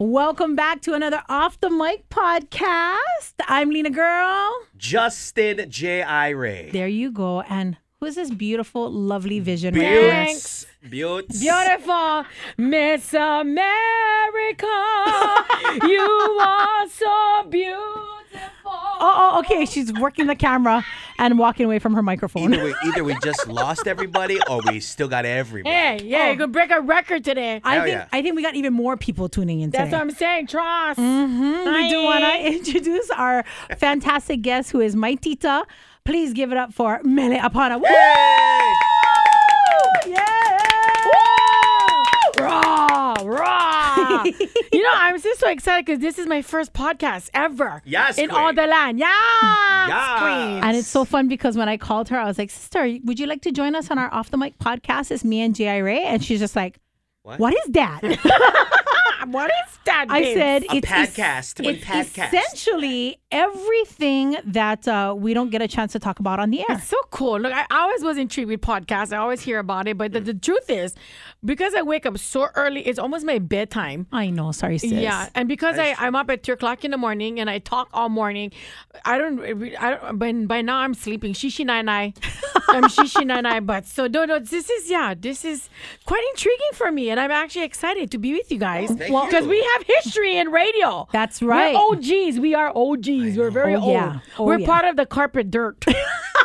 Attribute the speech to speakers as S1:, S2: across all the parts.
S1: Welcome back to another Off the Mic podcast. I'm Lena Girl.
S2: Justin J. I. Ray.
S1: There you go. And who's this beautiful, lovely visionary?
S2: Beauts. Beauts.
S1: Beautiful Miss America. you are so beautiful. Oh, oh, okay. She's working the camera and walking away from her microphone.
S2: Either we, either we just lost everybody or we still got everybody.
S3: Hey, yeah, you could break a record today.
S1: I
S2: Hell
S1: think
S2: yeah.
S1: I think we got even more people tuning in
S3: That's
S1: today. Mm,
S3: what I'm saying, Trust.
S1: We do want to introduce our fantastic guest, who is my tita. Please give it up for Mele Apana. Woo!
S2: Hey!
S1: Yeah!
S3: Raw, raw. you know, I'm just so excited because this is my first podcast ever.
S2: Yes,
S3: In
S2: queen.
S3: all the land. Yeah.
S2: Yes.
S3: Queen.
S1: And it's so fun because when I called her, I was like, "Sister, would you like to join us on our off the mic podcast? It's me and J.I. Ray." And she's just like,
S2: What?
S1: "What is that?"
S3: What is that?
S1: I
S3: babe?
S1: said,
S2: A
S1: "It's
S2: podcast, a
S1: It's
S2: podcast."
S1: essentially everything that uh, we don't get a chance to talk about on the air.
S3: It's so cool. Look, I I always was intrigued with podcasts. I always hear about it. But the, the truth is, because I wake up so early, it's almost my bedtime.
S1: I know. Sorry, sis.
S3: Yeah, and because I, I'm up at three o'clock in the morning and I talk all morning, I don't. I don't. By, by now I'm sleeping. Shishi nai nai. I'm shishi nai nai. But so no, no. This is yeah. This is quite intriguing for me, and I'm actually excited to be with you guys
S2: thank you.
S3: because we have history in radio.
S1: That's right.
S3: We're OGs. We are OGs. We're very
S1: Oh,
S3: old.
S1: yeah. Oh,
S3: We're
S1: yeah.
S3: part of the carpet dirt.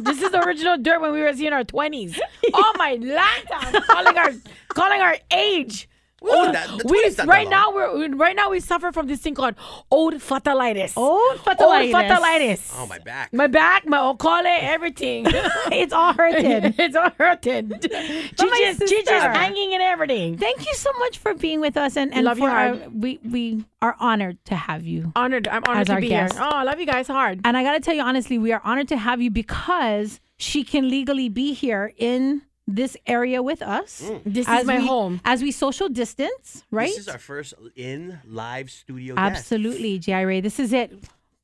S3: this is the original dirt when we were in our twenties. Oh my lanta! calling our calling our age.
S2: Well,
S3: Old-
S2: Oh, that- that's what
S3: we
S2: is that
S3: right
S2: about?
S3: now we're we- right now we suffer from this thing called old fatalitis.
S1: Old
S3: Old
S1: fatalitis.
S3: fatalitis.
S2: Oh, my back.
S3: My back, my okole, everything.
S1: It's all hurting.
S3: it's all hurting.
S1: my
S3: Chichi's, Chichi's
S1: sister.
S3: hanging and everything.
S1: Thank you so much for being with us, and, and
S3: Love
S1: for
S3: you,
S1: our,
S3: Ard.
S1: we we are honored to have you.
S3: Honored. I'm honored
S1: As
S3: to
S1: our
S3: be
S1: guest.
S3: here. Oh, I love you guys hard.
S1: And I gotta tell you honestly, we are honored to have you because she can legally be here in this area with us.
S3: This
S1: As
S3: is my
S1: we-
S3: home.
S1: as we social distance, right?
S2: Mm. This is our first in live studio guest.
S1: Absolutely, G.I. Ray. This is it.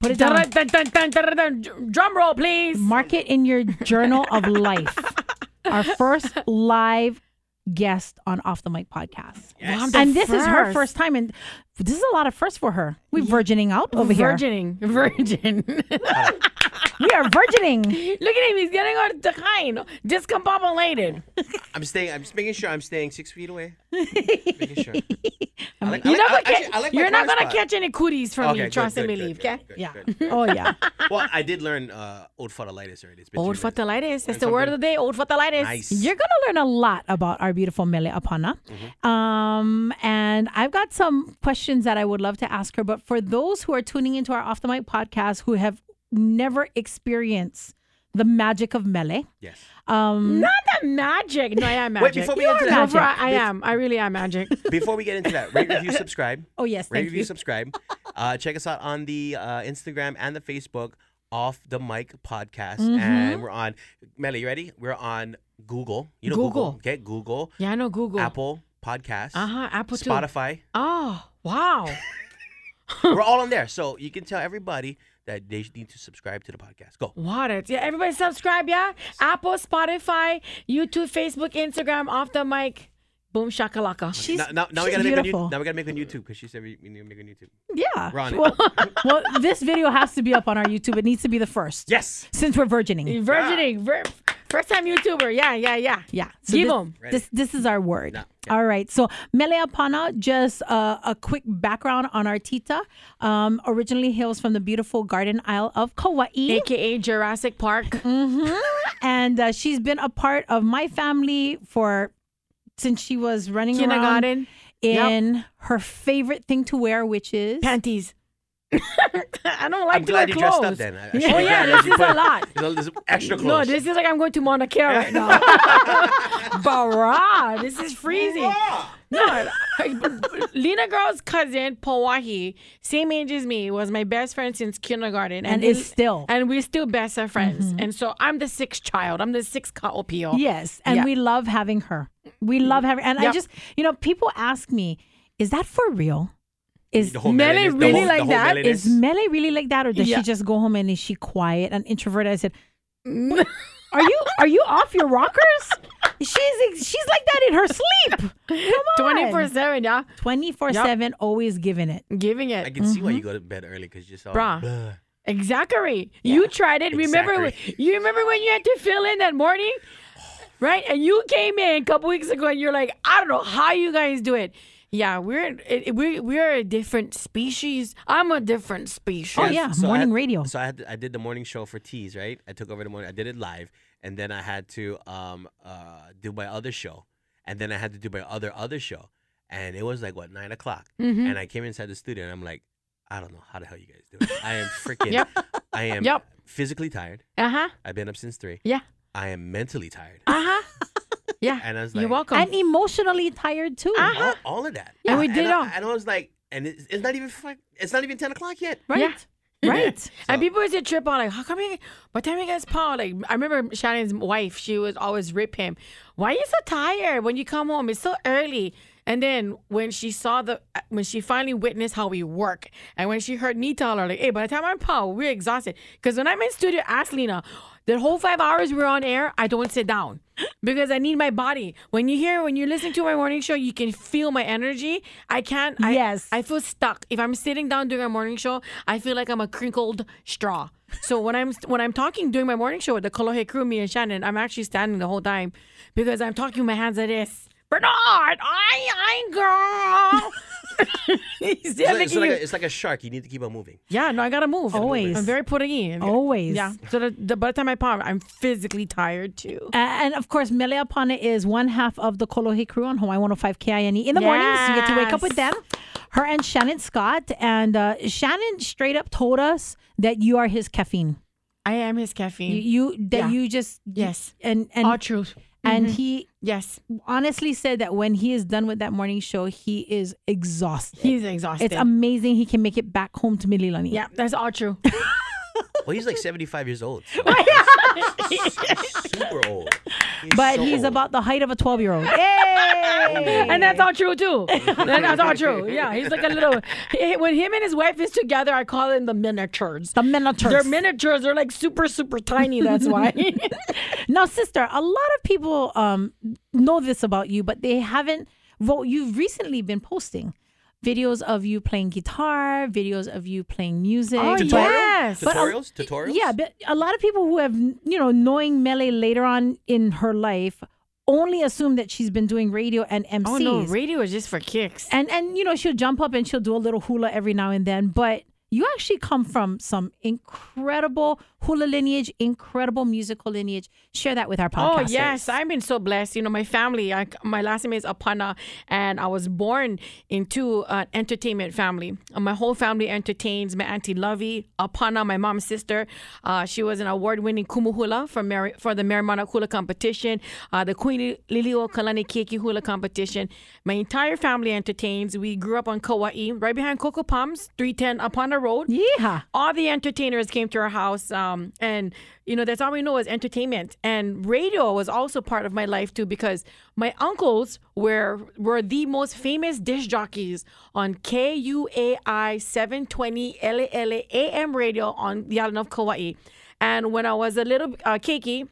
S1: Put it down.
S3: Dun-dun-dun-dun-dun-dun. Drum roll, please.
S1: Mark it in your journal of life. Our first live guest on Off the Mic podcast.
S2: Yes.
S3: Wow, I'm
S1: and this is her
S3: first.
S1: first time, and this is a lot of firsts for her. We're virgining out over here.
S3: Virgining. Virgin.
S1: We are virgining.
S3: Look at him. He's getting on the kind. Discombobulated.
S2: I'm staying. I'm just making sure I'm staying six feet away. making sure. I like, I like- I-
S3: You're not gonna,
S2: actually,
S3: catch-
S2: I like my
S3: you're not
S2: corner
S3: gonna
S2: spot.
S3: catch any cooties from
S2: Okay,
S3: me,
S2: good,
S3: trust and
S2: good, good,
S3: believe,
S2: good,
S3: okay?
S2: good,
S3: Yeah.
S2: good.
S1: Oh, yeah.
S2: Well, I did learn uh, old fatalitis already. It's been
S3: Old
S2: two minutes.
S3: fatalitis.
S2: Learn
S3: That's the word
S2: something
S3: of the day. Old fatalitis.
S2: Nice.
S1: You're going to learn a lot about our beautiful Mele Apana. Um, and I've got some questions that I would love to ask her. But for those who are tuning into our Off the Mic podcast who have never experienced the magic of Mele,
S2: yes.
S1: um,
S3: Not the magic. No, I am
S2: Wait,
S3: magic.
S2: before we
S1: You
S2: get into
S1: are
S2: that,
S3: No, bro,
S1: magic.
S3: I am. I really am magic.
S2: Before we get into that, rate, review, subscribe.
S1: Oh, yes,
S2: Rate,
S1: thank
S2: review,
S1: you.
S2: subscribe. Uh, check us out on the uh, Instagram and the Facebook off the mic podcast,
S3: Mm-hmm.
S2: and we're on. Melly, you ready? We're on Google. You know Google.
S3: Google.
S2: Okay, Google,
S3: yeah, I know Google.
S2: Apple Podcasts,
S3: Uh huh. Apple too.
S2: Spotify.
S3: Oh, wow.
S2: we're all on there, so you can tell everybody that they need to subscribe to the podcast. Go.
S3: What it? Yeah, everybody subscribe, yeah? Apple, Spotify, YouTube, Facebook, Instagram, off the mic. Boom shakalaka.
S1: She's,
S2: now, now, now we
S1: she's
S2: gotta make
S1: beautiful.
S2: one. Now we gotta make one YouTube because she said we, we need to make one YouTube.
S1: yeah.
S2: We're on it.
S1: Well, well, this video has to be up on our YouTube. It needs to be the first.
S2: Yes.
S1: Since we're virgining.
S3: Virgining. Vir- first time YouTuber. Yeah, yeah, yeah.
S1: Yeah.
S3: Give
S1: this,
S3: 'em.
S1: This, this is our word.
S2: No,
S1: All right. So Mele Apana, just uh, a quick background on our tita. Um, originally hails from the beautiful Garden Isle of Kauai.
S3: AKA Jurassic Park.
S2: Mm-hmm.
S1: and uh, she's been a part of my family for since she was running around
S3: Kindergarten.
S1: in her favorite thing to wear, which is
S3: Panties. I don't like
S2: I'm
S3: to
S2: glad
S3: wear
S2: you dressed up
S3: clothes.
S2: then. I- I
S3: Yeah.
S2: should've
S3: Oh, yeah,
S2: grabbed it.
S3: this
S2: You
S3: is
S2: put-
S3: a lot.
S2: You know, There's extra clothes.
S3: No, this is like I'm going to Mauna Kea right now. Barah, this is freezing. No, Lena girl's cousin Pawahi, same age as me, was my best friend since kindergarten,
S1: and
S3: we-
S1: is still.
S3: and we're still best of friends. And so I'm the sixth child. I'm the sixth Kaopio.
S1: Yes, and
S3: Oh, Yeah.
S1: we love having her. We love having, and I
S3: Yep.
S1: just, you know, people ask me, "Is that for real? Is
S2: The whole
S3: Mele
S2: Melanin- the
S3: really
S2: whole- the
S3: like
S2: whole
S3: that?
S2: Melanin-
S1: is Mele really like that, or does
S3: Yeah.
S1: she just go home and is she quiet and introverted?" I said, "Are you are you off your rockers?" She's she's like that in her sleep. Come on.
S3: Twenty four seven, yeah.
S1: 24 7, always giving it.
S3: Giving
S2: I
S3: it.
S2: can see why you go to bed early because you're just all
S3: Mm-hmm. Bruh.
S2: "Bleh."
S3: Exactly. You tried it. Remember when,
S2: Exactly.
S3: you remember when you had to fill in that morning? Right? And you came in a couple weeks ago and you're like, I don't know how you guys do it. Yeah, we're it, we we're a different species. I'm a different species.
S1: Oh, yeah,
S2: I
S1: morning
S2: had-
S1: radio.
S2: So I had I did the morning show for Tease, right? I took over the morning. I did it live, and then I had to um uh do my other show, and then I had to do my other other show, and it was like what nine o'clock,
S3: Mm-hmm. Mm.
S2: and I came inside the studio, and I'm like, I don't know how the hell you guys do it. I am freaking.
S3: Yep.
S2: I am
S3: Yep.
S2: physically tired.
S3: Uh huh.
S2: I've been up since three.
S3: Yeah.
S2: I am mentally tired,
S3: Uh huh. Yeah.
S2: and I was like,
S3: You're welcome.
S1: And emotionally tired too.
S3: Uh-huh.
S2: all, all of that.
S3: And we did
S2: and
S3: all-
S2: I, and I was like, and it's, it's not even fi- it's not even ten o'clock yet.
S1: Right. Right.
S3: And people used to trip on like, how come you? By the time you guys paw, like I remember Shannon's wife, she would always rip him. Why are you so tired when you come home? It's so early. And then when she saw the, when she finally witnessed how we work, and when she heard me tell her like, hey, by the time I'm paw, we're exhausted. Because when I'm in studio, ask Lena, the whole five hours we're on air, I don't sit down because I need my body. When you hear, when you listen to my morning show, you can feel my energy. I can't. I,
S1: Yes.
S3: I feel stuck. If I'm sitting down doing a morning show, I feel like I'm a crinkled straw. So when I'm when I'm talking during my morning show with the Kolohe crew, me and Shannon, I'm actually standing the whole time because I'm talking with my hands like this. Bernard, I, I, girl. He's
S2: It's
S3: there
S2: like, it's,
S3: making
S2: like
S3: you-
S2: a, it's like a shark. You need to keep on moving.
S3: yeah, no, I gotta move.
S1: Always.
S3: I'm very putting in.
S1: Always.
S3: Yeah. So the, the, by the time I pop, I'm physically tired too.
S1: Uh, and of course, Meleapane is one half of the Kolohe crew on Hawaii 105 KINE. E In the mornings, you get to wake up with them,
S3: Yes.
S1: her and Shannon Scott. And uh, Shannon straight up told us that you are his caffeine.
S3: I am his caffeine.
S1: You, you that
S3: Yeah.
S1: you just
S3: Yes. mm-hmm.
S1: and and
S3: All truth.
S1: and he
S3: Yes.
S1: honestly said that when he is done with that morning show, he is exhausted.
S3: He's exhausted.
S1: it's amazing he can make it back home to Mililani.
S3: yeah, that's all true.
S2: Well, he's like 75 years old. so- super old.
S1: But
S2: so
S1: he's
S2: old.
S1: about the height of a 12 year old.
S3: and that's all true too. And that's all true. Yeah, he's like a little. he- When him and his wife is together, I call them the miniatures.
S1: The miniatures.
S3: They're miniatures. They're like super, super tiny. That's why.
S1: Now, sister, a lot of people um, know this about you, but they haven't. Well, you've recently been posting videos of you playing guitar, videos of you playing music.
S3: Oh,
S1: but-
S2: Tutorial?
S3: Yes.
S1: But a-
S2: Tutorials? Tutorials?
S1: Yeah, but a lot of people who have, you know, knowing Mele later on in her life only assume that she's been doing radio and MCs.
S3: oh no, radio is just for kicks.
S1: and, and, you know, she'll jump up and she'll do a little hula every now and then, but. You actually come from some incredible hula lineage, incredible musical lineage. Share that with our
S3: Oh
S1: podcast.
S3: yes, I've been so blessed. You know, my family. I, my last name is Apana, and I was born into an entertainment family. Uh, My whole family entertains. My auntie Lovey, Apana, my mom's sister. Uh, she was an award-winning kumuhula for Mary, for the Marymana Hula competition, uh, the Queen Lilio Kalani Keiki Hula competition. My entire family entertains. We grew up on Kauai, right behind Coco Palms, 310 Apana Road
S1: Yeah.
S3: all the entertainers came to our house um, and you know that's all we know is entertainment and radio was also part of my life too because my uncles were were the most famous disc jockeys on KUAI 720 LALA AM radio on the island of Kauai and when I was a little uh, cakey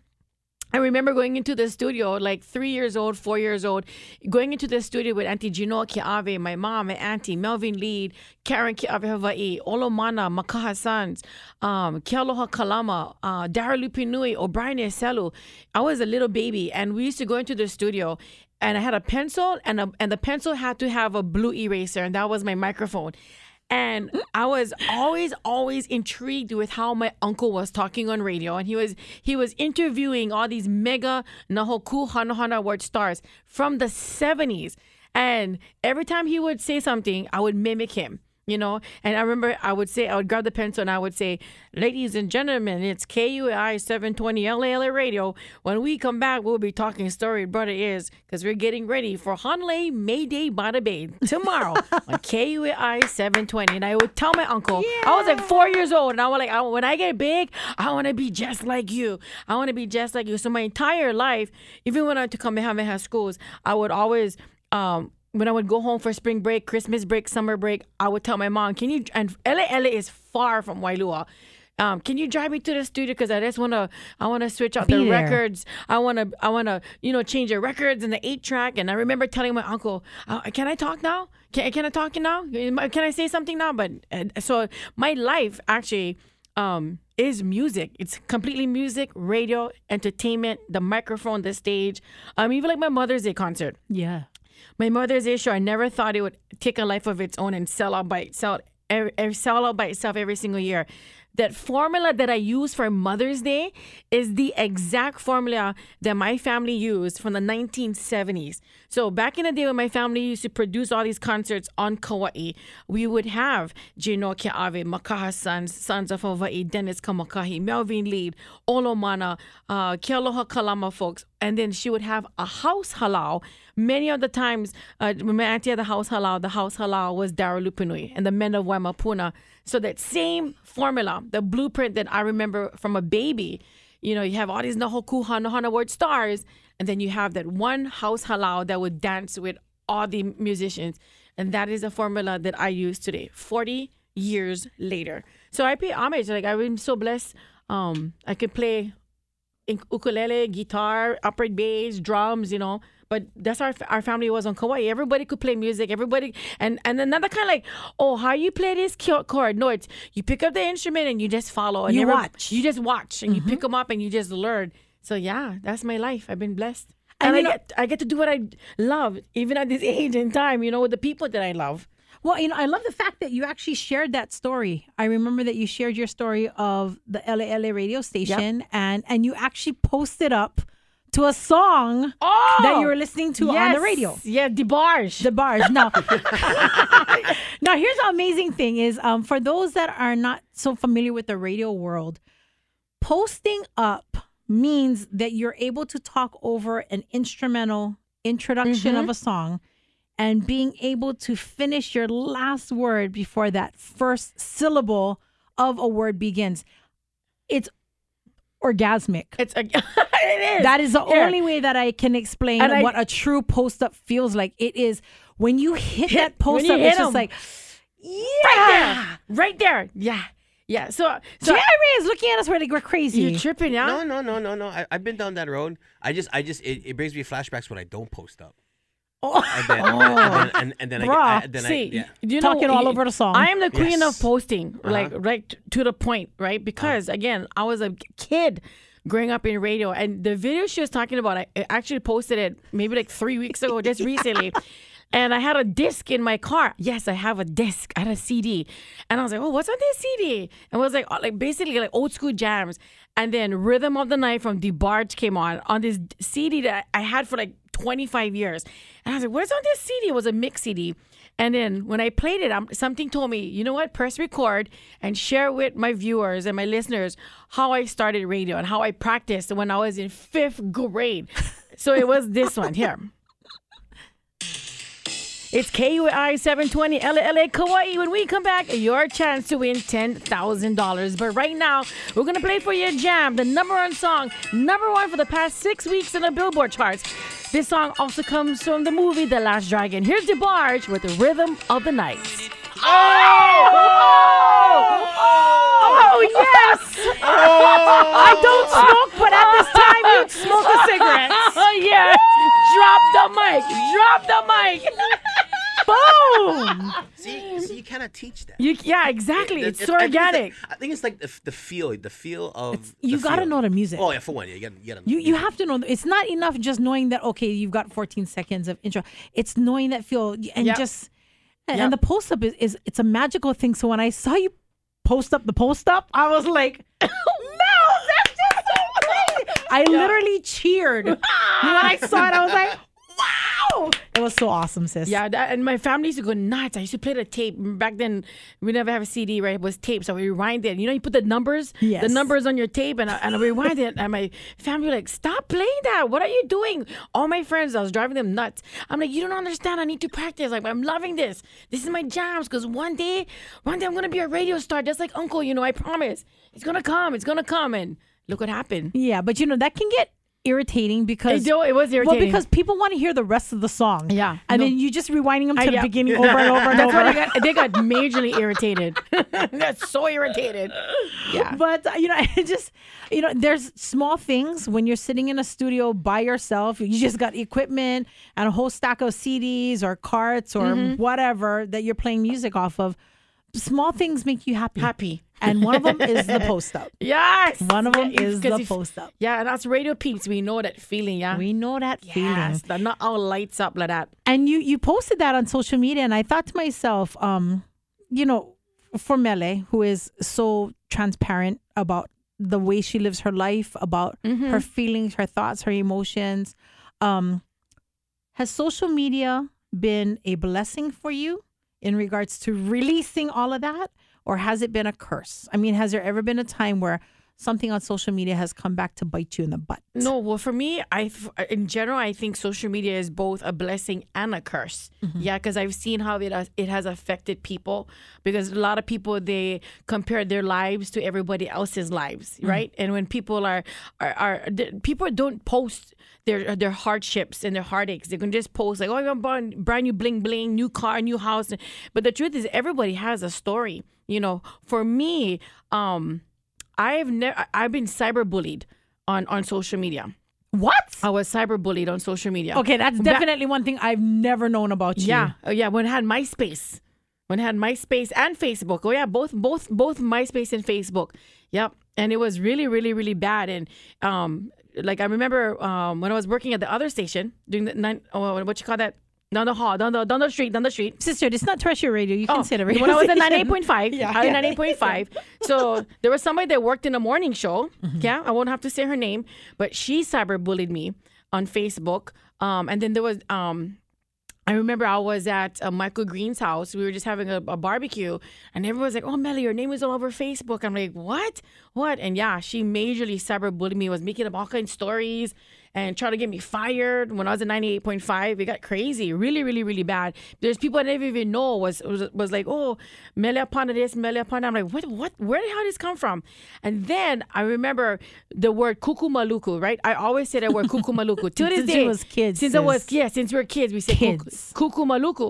S3: I remember going into the studio, like three years old, four years old, going into the studio with Auntie Gino Kiave, my mom, and Auntie Melvin Lead, Karen Kiave Hawaii, Olomana, Makaha Sons, um, Kealoha Kalama, uh, Dara Lupinui, O'Brien Eselu. I was a little baby, and we used to go into the studio, and I had a pencil, and, a, and the pencil had to have a blue eraser, and that was my microphone. And I was always, always intrigued with how my uncle was talking on radio, and he was he was interviewing all these mega Nahoku Hanohana Award stars from the '70s. And every time he would say something, I would mimic him, you know. And I remember I would say I would grab the pencil and I would say, "Ladies and gentlemen, it's KUI 720 LALA Radio. When we come back, we'll be talking story brother is because we're getting ready for Hanley May Day Bada Bay tomorrow on KUI 720." And I would tell my uncle, I was like four years old, and I was like, I, "When I get big, I want to be just like you. I want to be just like you." So my entire life, even when I went to Kamehameha schools, I would always um, when I would go home for spring break, Christmas break, summer break, I would tell my mom, "Can you?" And LA, LA is far from Wailua. um, "Can you drive me to the studio? Because I just want to, I want to switch out
S1: Be
S3: the
S1: there.
S3: records. I want to, I want to, you know, change the records and the eight track." And I remember telling my uncle, uh, "Can I talk now? Can, can I talk now? Can I say something now?" But uh, so my life actually um, is music. It's completely music, radio, entertainment, the microphone, the stage. Um, even like my Mother's Day concert.
S1: Yeah.
S3: My mother's issue. I never thought it would take a life of its own and sell out by itself, er, er- sell out by itself every single year. That formula that I use for Mother's Day is the exact formula that my family used from the 1970s. So back in the day when my family used to produce all these concerts on Kauai, we would have Gino Kiave, Makaha Sons, Sons of Hawaii, Dennis Kamakahi, Melvin Lead, Olomana, uh, Kealoha Kalama folks, and then she would have a house halal. Many of the times, uh, when my auntie had the house halal, the house halal was Daryl Lupunui and the men of Waimapuna. So that same formula, the blueprint that I remember from a baby, you know, you have all these Nahokuha, Nohana word stars, and then you have that one house halal that would dance with all the musicians. And that is a formula that I use today, 40 years later. So I pay homage. Like, I'm so blessed. Um, I could play in- ukulele, guitar, upper bass, drums, you know. But that's our our family was on Kauai. Everybody could play music. Everybody and and another kind of like, oh, how you play this ki- chord? No, it's you pick up the instrument and you just follow. And
S1: You
S3: every-
S1: watch.
S3: You just watch and you pick them up and you just learn. So yeah, that's my life. I've been blessed.
S1: And
S3: And,
S1: you know-
S3: I get I get to do what I love, even at this age and time. You know, with the people that I love.
S1: Well, you know, I love the fact that you actually shared that story. I remember that you shared your story of the LALA radio station and and you actually posted up to a song
S3: Oh,
S1: that you were listening to on the radio.
S3: Yeah, debarge.
S1: The bars. Now, now here's the amazing thing is um, for those that are not so familiar with the radio world, posting up means that you're able to talk over an instrumental introduction of a song and being able to finish your last word before that first syllable of a word begins. It's orgasmic.
S3: it's a, it is
S1: That is the
S3: Here.
S1: only way that I can explain
S3: And I-
S1: what a true post up feels like. It is when you hit, that post
S3: you
S1: up,
S3: hit
S1: it's just
S3: 'em.
S1: like, yeah,
S3: right there, Ah, right there. Yeah, yeah. So, so
S1: Jerry is looking at us we're like we're
S3: you
S1: crazy.
S3: tripping, yeah?
S2: No, no, no, no, no. I, I've been down that road. I just, I just, it, it brings me flashbacks when I don't post up. And then, and then, and, and then I, get-
S1: Oh.
S2: I,
S1: Bruh,
S2: and then
S3: Ah, See,
S2: I, yeah.
S3: you know,
S1: Talking all over the song.
S3: I am the queen
S2: Yes. Uh-huh.
S3: of posting, like right t- to the point, right? Because again, I was a k- kid growing up in radio, and the video she was talking about, I I actually posted it maybe like three weeks ago, just recently. And I had a disc in my car. Yes, I have a disc. I had a CD, and I was like, "Oh, what's on this CD?" And it was like, oh, like basically like old school jams. And then "Rhythm of the Night" from DeBarge came on on this CD that I I had for like 25 years. And I was like, what is on this CD? It was a mix CD. And then when I played it, um something told me, you know what? Press record and share with my viewers and my listeners how I started radio and how I practiced when I was in fifth grade. so it was this one here. It's KUI 720 LLA Kauai. When we come back, your chance to win $10,000. But right now, we're going to play for your jam, the number one song, number one for the past six weeks in the Billboard charts. This song also comes from the movie The Last Dragon. Here's DeBarge with the Rhythm of the Night. Oh, yes! I
S1: Oh!
S3: don't smoke, but at this time, you smoke a cigarette. Oh, yeah. Drop the mic. Drop the mic. Boom.
S2: See, see, you cannot teach that.
S3: You, yeah, exactly.
S2: That-
S3: It's
S2: it-
S3: so
S2: I think
S3: organic.
S2: I think it's like the, the feel, the feel of. the
S1: you gotta
S2: feel.
S1: know the music.
S2: Oh yeah, for one, yeah, you gotta, you gotta know
S1: You,
S2: the
S1: you
S2: music.
S1: have to know it's not enough just knowing that okay you've got 14 seconds of intro it's knowing that feel and
S3: Yep.
S1: just and,
S3: Yep.
S1: and the post up is, is it's a magical thing so when I saw you post up the post up I was like no that's just so crazy I literally cheered when I saw it I was like wow it was so awesome sis
S3: Yeah, that, and my family used to go nuts. I used to play the tape back then. We never have a CD, right? It was tape, so we rewind it. You know, you put the numbers,
S1: Yes.
S3: the numbers on your tape, and I, and I rewind it. And my family were like, "Stop playing that! What are you doing?" All my friends, I was driving them nuts. I'm like, "You don't understand. I need to practice. Like, I'm loving this. This is my jams. Because one day, one day, I'm gonna be a radio star, just like Uncle. You know, I promise. It's gonna come. It's gonna come." And look what happened.
S1: Yeah, but you know that can get irritating because
S3: It, do- it was
S1: well,
S3: irritating.
S1: because people want to hear the rest of the song.
S3: Yeah,
S1: and
S3: no.
S1: then you just rewinding them to
S3: I-
S1: the
S3: yeah.
S1: beginning over and over and
S3: that's why
S1: over.
S3: they got, they got majorly irritated. They're so irritated. Yeah.
S1: But uh, you know, it just you know, there's small things when you're sitting in a studio by yourself. You just got equipment and a whole stack of CDs or carts or
S3: Mm-hmm.
S1: whatever that you're playing music off of. Small things make you happy.
S3: Happy.
S1: and one of them is the post up.
S3: Yes.
S1: One of them
S3: Yeah,
S1: is
S3: 'cause
S1: the
S3: if-
S1: post up.
S3: Yeah, and that's radio peeps. We know that feeling, yeah.
S1: We know that feeling.
S3: yes, that not all lights up like that.
S1: and you you posted that on social media and i thought to myself um you know for mele who is so transparent about the way she lives her life about her feelings her thoughts her emotions um has social media been a blessing for you in regards to releasing all of that or has it been a curse i mean has there ever been a time where something on social media has come back to bite you in the butt
S3: No, well, for me, I th- in general, I think social media is both a blessing and a curse. Yeah, because I've seen how it has, it has affected people. Because a lot of people they compare their lives to everybody else's lives, right? And when people are are, are the, people don't post their their hardships and their heartaches, they can just post like, "Oh, I'm buying brand new bling bling, new car, new house." But the truth is, everybody has a story. You know, for me, um, I've never I've been cyberbullied on on social media.
S1: what
S3: I was cyberbullied on social media.
S1: okay that's definitely one thing i've never known about you
S3: Yeah. Oh, yeah. When I had MySpace, when I had MySpace and Facebook. Oh yeah, both both both MySpace and Facebook. Yep. And it was really really really bad. And um, like I remember um when I was working at the other station doing the nine oh, what you call that down the hall down the down the street down the street.
S1: Sister, it's not terrestrial radio. You
S3: Oh,
S1: can say the radio.
S3: When I was at
S1: station.
S3: 98.5,
S1: Yeah.
S3: I was at 98.5. So there was somebody that worked in a morning show.
S1: Mm-hmm.
S3: Yeah, I won't have to say her name, but she cyberbullied me on Facebook. Um, and then there was, um, I remember I was at uh, Michael Green's house. We were just having a, a barbecue, and everyone was like, "Oh, Melly, your name is all over Facebook." I'm like, "What? What?" And yeah, she majorly cyberbullied me. Was making up all kinds of stories and trying to get me fired. When I was at 98.5, it got crazy, really, really, really bad. There's people I didn't even know was was, was like, "Oh, Melly upon this, Melly upon that." I'm like, "What? What? Where the hell did this come from?" And then I remember the word "kuku maluku," right? I always say that word "kuku maluku" to this
S1: Since
S3: day.
S1: you was kids,
S3: since I was
S1: sis.
S3: yeah, since we were kids, we said cuckoo-
S1: Kids.
S3: cuckoo maluku.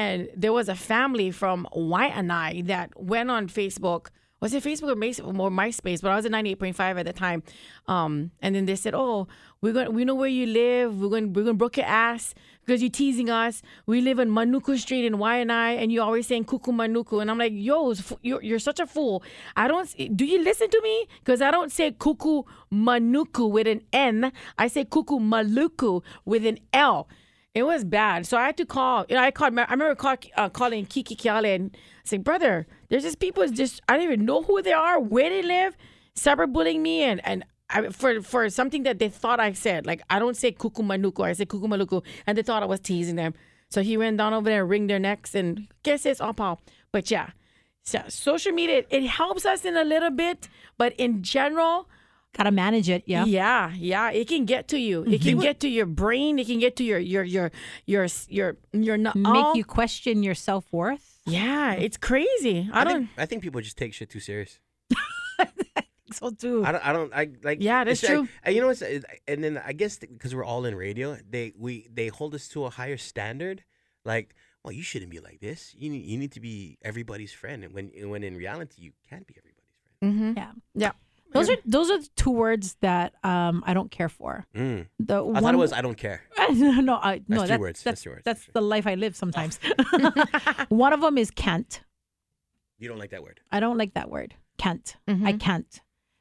S3: And there was a family from Waianae that went on Facebook. Was it Facebook or, Mace, or MySpace? But I was at 98.5 at the time. Um, and then they said, "Oh, we're going. to We know where you live. We're going. We're going to broke your ass because you're teasing us. We live on Manuku Street in Waianae, and you're always saying Kuku Manuku." And I'm like, "Yo, it's f- you're, you're such a fool. I don't. s- Do you listen to me? Because I don't say Kuku Manuku with an N. I say Kuku Maluku with an L." It was bad. So I had to call. You know, I called. I remember call, uh, calling Kiki Kiale and saying, "Brother, there's just people. Just I don't even know who they are, where they live, cyberbullying me, and and I, for for something that they thought I said. Like I don't say kukumanuku. I say kukumaluku, and they thought I was teasing them. So he went down over there and wringed their necks and guess it's all But yeah, so social media it, it helps us in a little bit, but in general,
S1: Gotta manage it, yeah.
S3: yeah, yeah, it can get to you. It can get to your brain. It can get to your your your your your your not
S1: Make you question your self worth.
S3: Yeah, it's crazy. I,
S2: I
S3: don't.
S2: think, I think people just take shit too serious.
S1: So too.
S2: I don't. I don't. I like.
S3: Yeah, that's
S2: it's like-
S3: true.
S2: and you know what's? uh, And then I guess because we're all in radio, they we they hold us to a higher standard. Like, well, you shouldn't be like this. You need you need to be everybody's friend. And when and when in reality, you can't be everybody's friend.
S3: Mm-hmm.
S1: Yeah.
S3: yeah,
S1: Those are those are the two words that um I don't care for.
S2: Mm.
S1: The
S2: I
S1: one
S2: thought it was I don't care.
S1: no, no, I, no,
S2: two
S1: that- That's,
S2: words. That's two words,
S1: That's
S2: actually.
S1: the life I live sometimes. one of them is can't.
S2: You don't like that word.
S1: I don't like that word. Can't. I can't.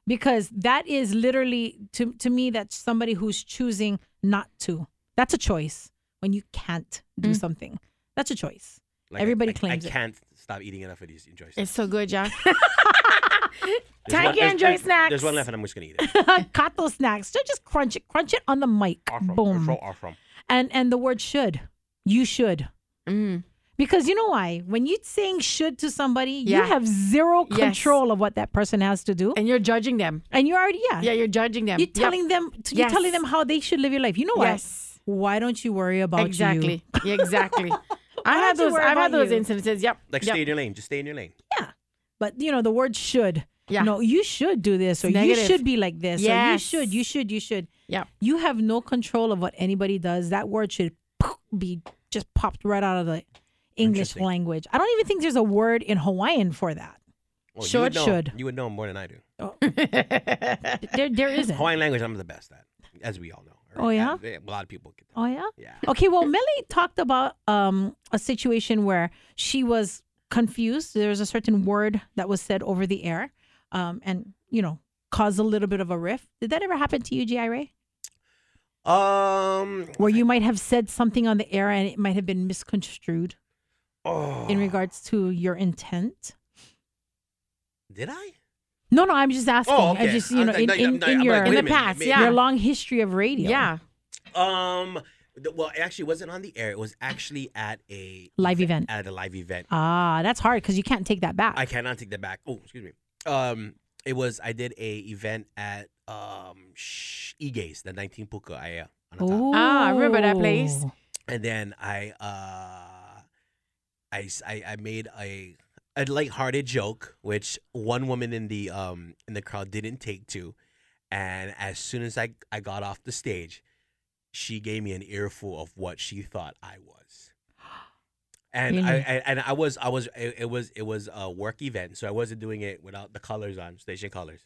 S1: Because that is literally to to me that's somebody who's choosing not to. That's a choice. When you can't do something. That's a choice.
S2: Like, I-
S1: Everybody
S2: I,
S1: claims
S2: I
S1: it.
S2: can't stop eating enough of these enjoy
S3: it's
S2: snacks.
S3: so good, yeah.
S2: There's
S3: Tiger
S2: one- there's-
S3: enjoy
S2: there's-
S3: snacks.
S2: There's one left, and I'm just gonna eat it.
S1: Kato snacks. So just crunch it, crunch it on the mic.
S2: Awesome. It's
S1: Boom.
S2: So awesome.
S1: And and the word should. You should.
S3: Mm.
S1: Because you know why? When you're saying should to somebody, you
S3: Yeah.
S1: have zero
S3: Yes.
S1: control of what that person has to do. And,
S3: And you're judging them.
S1: you're already yeah.
S3: Yeah, you're judging them.
S1: You're
S3: Yep.
S1: telling them you're
S3: Yes.
S1: telling them how they should live your life. You know what?
S3: Yes.
S1: Why don't you worry about you?
S3: exactly, Yeah, exactly. I
S1: don't
S3: had
S1: you
S3: those.
S1: worry
S3: I've had
S1: about
S3: those
S1: you?
S3: incidences. Yep.
S2: Like,
S3: yep.
S2: stay in your lane. Just stay in your lane.
S1: But you know, the word should.
S3: Yeah.
S1: no, you should do this, or
S3: negative.
S1: you should be like this, or you
S3: Yes.
S1: should, you should, you should.
S3: Yeah.
S1: You have no control of what anybody does. That word should be just popped right out of the English
S2: Interesting.
S1: language. I don't even think there's a word in Hawaiian for that.
S2: Well, you
S1: Should,
S2: would know,
S1: should.
S2: You would know more than I do.
S1: There, there isn't.
S2: Hawaiian language, I'm the best at, as we all know.
S1: Oh, yeah?
S2: A lot of people can tell.
S1: Oh yeah.
S2: Yeah.
S1: Okay, well, Millie talked about um, a situation where she was confused. There was a certain word that was said over the air, um, and you know, caused a little bit of a rift. Did that ever happen to you, G.I. Ray?
S2: Um.
S1: Where you might have said something on the air and it might have been misconstrued
S2: oh,
S1: in regards to your intent.
S2: Did I?
S1: No, no, I'm just asking.
S2: Oh, okay.
S1: I just you
S2: I'm
S1: know,
S2: like,
S1: in,
S2: no,
S1: in,
S2: I'm like,
S1: in
S2: I'm like,
S1: your
S2: wait a
S3: In the
S2: minute,
S3: past,
S2: maybe-
S1: your
S3: yeah.
S1: long history of radio,
S3: yeah.
S2: Um. th- Well, actually, it wasn't on the air. It was actually at a
S1: live e- event.
S2: at a live event.
S1: Ah, that's hard because you can't take that back.
S2: I cannot take that back. Oh, excuse me. Um, it was I did a event at um Sh- Igays, the 19 Puka Aya on the top.
S1: Oh,
S3: Ah, I remember that place.
S2: and then I uh I s- I, I made a a lighthearted joke, which one woman in the um in the crowd didn't take to, and as soon as I I got off the stage, she gave me an earful of what she thought I was. And I,
S1: Really?
S2: I and I was I was it, it was it was a work event, so I wasn't doing it without the colors on station colors,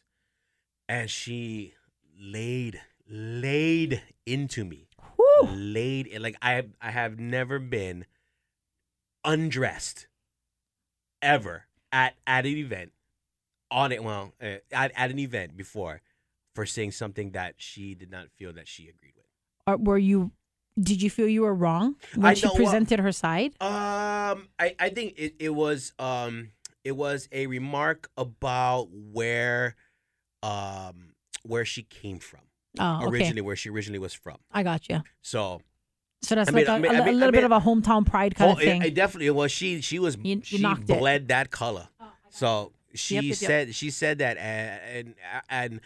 S2: and she laid laid into me
S1: Whew.
S2: laid in. Like I have, I have never been undressed ever at at an event on it. Well, uh, at at an event before for saying something that she did not feel that she agreed with.
S1: Or Uh, were you? Did you feel you were wrong when
S2: I
S1: she
S2: know, uh,
S1: presented her side?
S2: Um, I I think it it was um it was a remark about where um where she came from
S1: Oh, okay,
S2: originally, where she originally was from.
S1: I got you.
S2: So
S1: So that's
S2: I mean,
S1: like a
S2: I mean,
S1: a
S2: I
S1: li- a
S2: mean, I
S1: little bit
S2: mean-
S1: of a hometown pride kind of
S2: Oh, it-
S1: thing.
S2: It, definitely was. She she was
S1: You- you
S2: she
S1: knocked it.
S2: bled that color. so she
S1: Yep, yep, yep.
S2: said she said that and and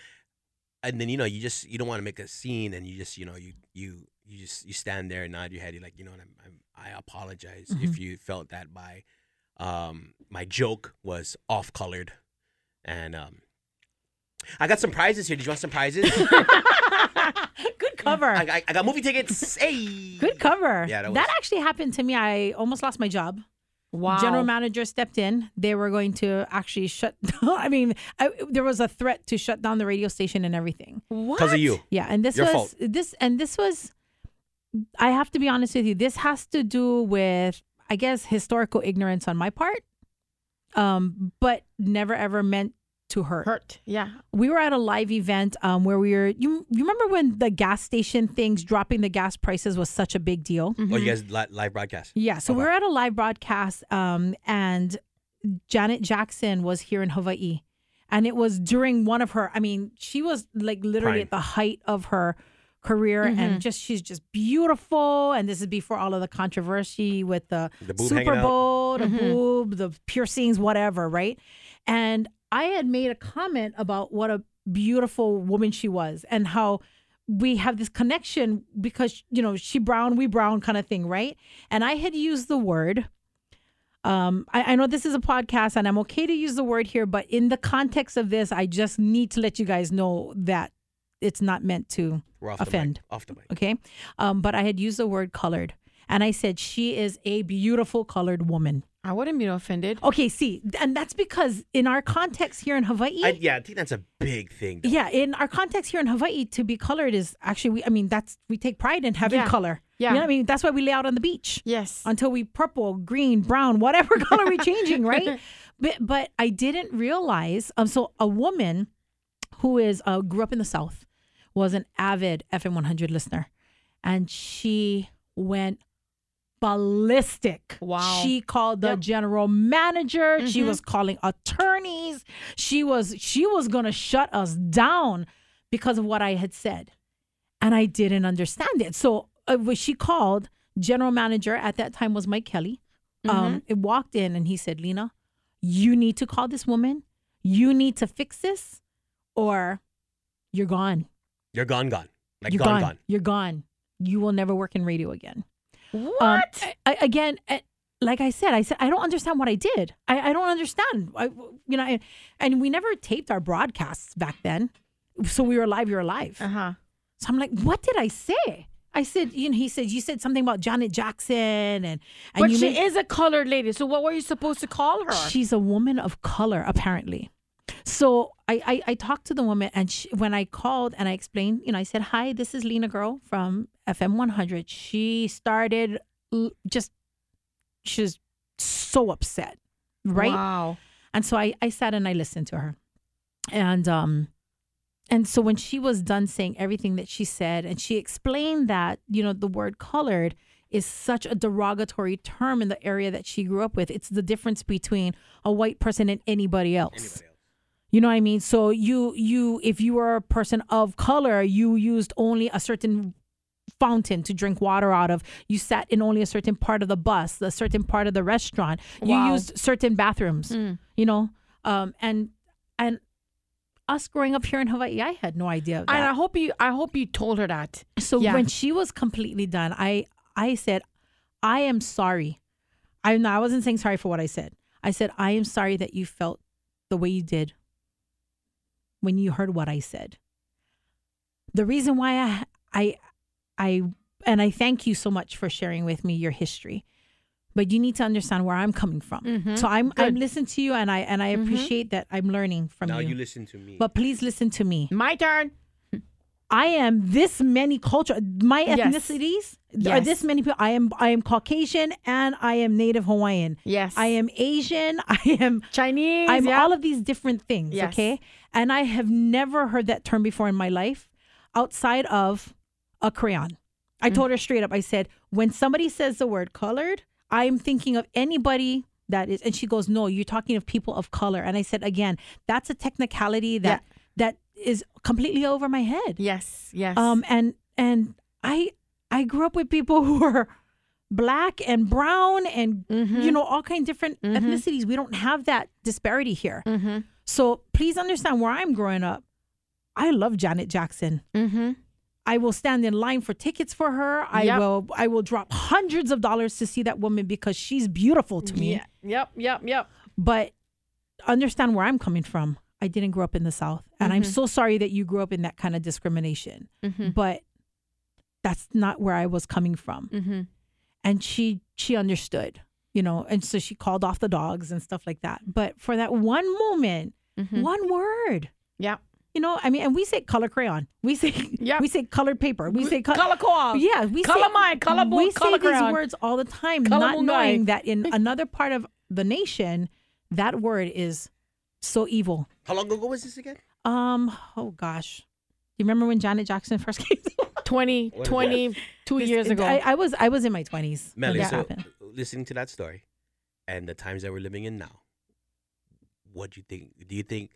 S2: and then you know you just you don't want to make a scene and you just you know you you you just you stand there and nod your head. You're like you know what I'm, I'm I apologize if
S1: Mm-hmm.
S2: you felt that my um my joke was off colored and um. I got some prizes here. Did you want some prizes?
S1: Good cover.
S2: I, I, I got movie tickets. Hey.
S1: Good cover.
S2: Yeah, that was-
S1: actually happened to me. I almost lost my job.
S3: Wow.
S1: General manager stepped in. They were going to actually shut down. I mean, I, there was a threat to shut down the radio station and everything.
S2: Because of you.
S1: Yeah, and this
S2: Your
S1: was
S2: fault.
S1: this and this was I have to be honest with you, this has to do with I guess historical ignorance on my part. Um, but never ever meant to hurt.
S3: Hurt. Yeah.
S1: We were at a live event um where we were you you remember when the gas station things dropping the gas prices was such a big deal?
S2: Oh,
S3: Mm-hmm.
S2: you
S1: Mm-hmm.
S2: guys li- live broadcast.
S1: Yeah, so we
S2: Okay.
S1: were at a live broadcast, um, and Janet Jackson was here in Hawaii, and it was during one of her. I mean, she was like literally
S2: Prime.
S1: at the height of her career, and just she's just beautiful. And this is before all of the controversy with the,
S2: The boob hanging
S1: Super
S2: out.
S1: Bowl, the boob, the piercings, whatever, right? And I had made a comment about what a beautiful woman she was, and how we have this connection because you know she brown we brown kind of thing right and i had used the word um I, I know this is a podcast and i'm okay to use the word here but in the context of this i just need to let you guys know that it's not meant to
S2: We're off
S1: offend
S2: the mic. Off the mic.
S1: okay um but i had used the word colored and i said she is a beautiful colored woman
S3: I wouldn't be offended.
S1: okay see and that's because in our context here in hawaii
S2: I, yeah, I think that's a big thing.
S1: yeah, in our context here in Hawaii, to be colored is actually, we, I mean, that's we take pride in having
S3: Yeah.
S1: color.
S3: Yeah.
S1: you know what I mean. That's why we lay out on the beach
S3: Yes.
S1: until we purple, green, brown, whatever color we're changing, right? But but I didn't realize. Um, so a woman who is uh, grew up in the South was an avid FM 100 listener, and she went ballistic.
S3: Wow.
S1: She called the
S3: Yep.
S1: general manager. She was calling attorneys. She was she was gonna shut us down because of what I had said and I didn't understand it. So uh, when she called, general manager at that time was Mike Kelly.
S3: Mm-hmm.
S1: Um, it walked in and he said, "Lena, you need to call this woman. You need to fix this, or you're gone.
S2: You're gone, gone. Like
S1: you're
S2: gone, gone,
S1: You're gone. You will never work in radio again."
S3: What?
S1: Um, I, again, Um, a- like I said, I said I don't understand what I did. I, I don't understand. I, you know, and, and we never taped our broadcasts back then, so we were live. You're alive.
S3: Uh huh.
S1: So I'm like, what did I say? I said, you know, he said you said something about Janet Jackson and and
S3: But
S1: you
S3: she
S1: made-
S3: is a colored lady, so what were you supposed to call her?
S1: She's a woman of color, apparently. So I, I, I talked to the woman, and she, when I called and I explained, you know, I said, "Hi, this is Lena Girl from FM 100." She started l- just, she's so upset, right?
S3: Wow.
S1: And so I, I sat and I listened to her. And um and so when she was done saying everything that she said and she explained that, you know, the word colored is such a derogatory term in the area that she grew up with. It's the difference between a white person and anybody else.
S2: Anybody else?
S1: You know what I mean? So you you if you were a person of color, you used only a certain fountain to drink water out of. You sat in only a certain part of the bus, a certain part of the restaurant. You
S3: Wow.
S1: used certain bathrooms. You know, um, and and us growing up here in Hawaii, I had no idea. Of
S3: And I
S1: that.
S3: hope you I hope you told her that.
S1: So
S3: Yeah.
S1: when she was completely done, I I said, I am sorry. I no, I wasn't saying sorry for what I said. I said I am sorry that you felt the way you did when you heard what I said. The reason why I I I and I thank you so much for sharing with me your history. But you need to understand where I'm coming from. So I'm I'm
S3: Mm-hmm. Good. Mm-hmm.
S1: listening to you and I and I appreciate that I'm learning from
S2: Now
S1: you.
S2: you listen to me.
S1: but please listen to me.
S3: My turn.
S1: I am this many culture, my
S3: Yes.
S1: ethnicities are
S3: Yes.
S1: this many people. I am I am Caucasian and I am Native Hawaiian.
S3: Yes.
S1: I am Asian. I am
S3: Chinese.
S1: I'm
S3: yeah.
S1: all of these different things.
S3: Yes.
S1: Okay, and I have never heard that term before in my life, outside of a crayon. I
S3: Mm-hmm.
S1: told her straight up. I said, when somebody says the word colored, I'm thinking of anybody that is. And she goes, no, you're talking of people of color. And I said, again, that's a technicality that that is completely over my head.
S3: Yes. Yes.
S1: Um, and and I I grew up with people who were black and brown and
S3: Mm-hmm.
S1: you know all kind of different ethnicities. We don't have that disparity here.
S3: Mm-hmm.
S1: So please understand where I'm growing up. I love Janet Jackson.
S3: Mm-hmm.
S1: I will stand in line for tickets for her. I
S3: Yep.
S1: will I will drop hundreds of dollars to see that woman because she's beautiful to me.
S3: Yeah. Yep. Yep. Yep.
S1: But understand where I'm coming from. I didn't grow up in the South, and I'm so sorry that you grew up in that kind of discrimination
S3: Mm-hmm.
S1: but that's not where I was coming from.
S3: Mm-hmm.
S1: And she she understood, you know, and so she called off the dogs and stuff like that. But for that one moment,
S3: Mhm.
S1: one word,
S3: Yep.
S1: you know, I mean, and we say color crayon, we say
S3: Yep.
S1: we say colored paper, we say col-
S3: color co
S1: Yeah, we
S3: color
S1: say,
S3: mine, color book,
S1: we
S3: color
S1: say these
S3: crayon.
S1: words all the time,
S3: Color
S1: not
S3: moon
S1: knowing
S3: eye.
S1: that in another part of the nation, that word is so evil.
S2: How long ago was this again?
S1: Um, oh gosh, you remember when Janet Jackson first came? to-
S3: 20,
S2: What is
S3: 22 years ago.
S1: I, I was I was in my twenties.
S2: Melly,
S3: Yeah.
S2: so listening to that story and the times that we're living in now, what do you think? Do you think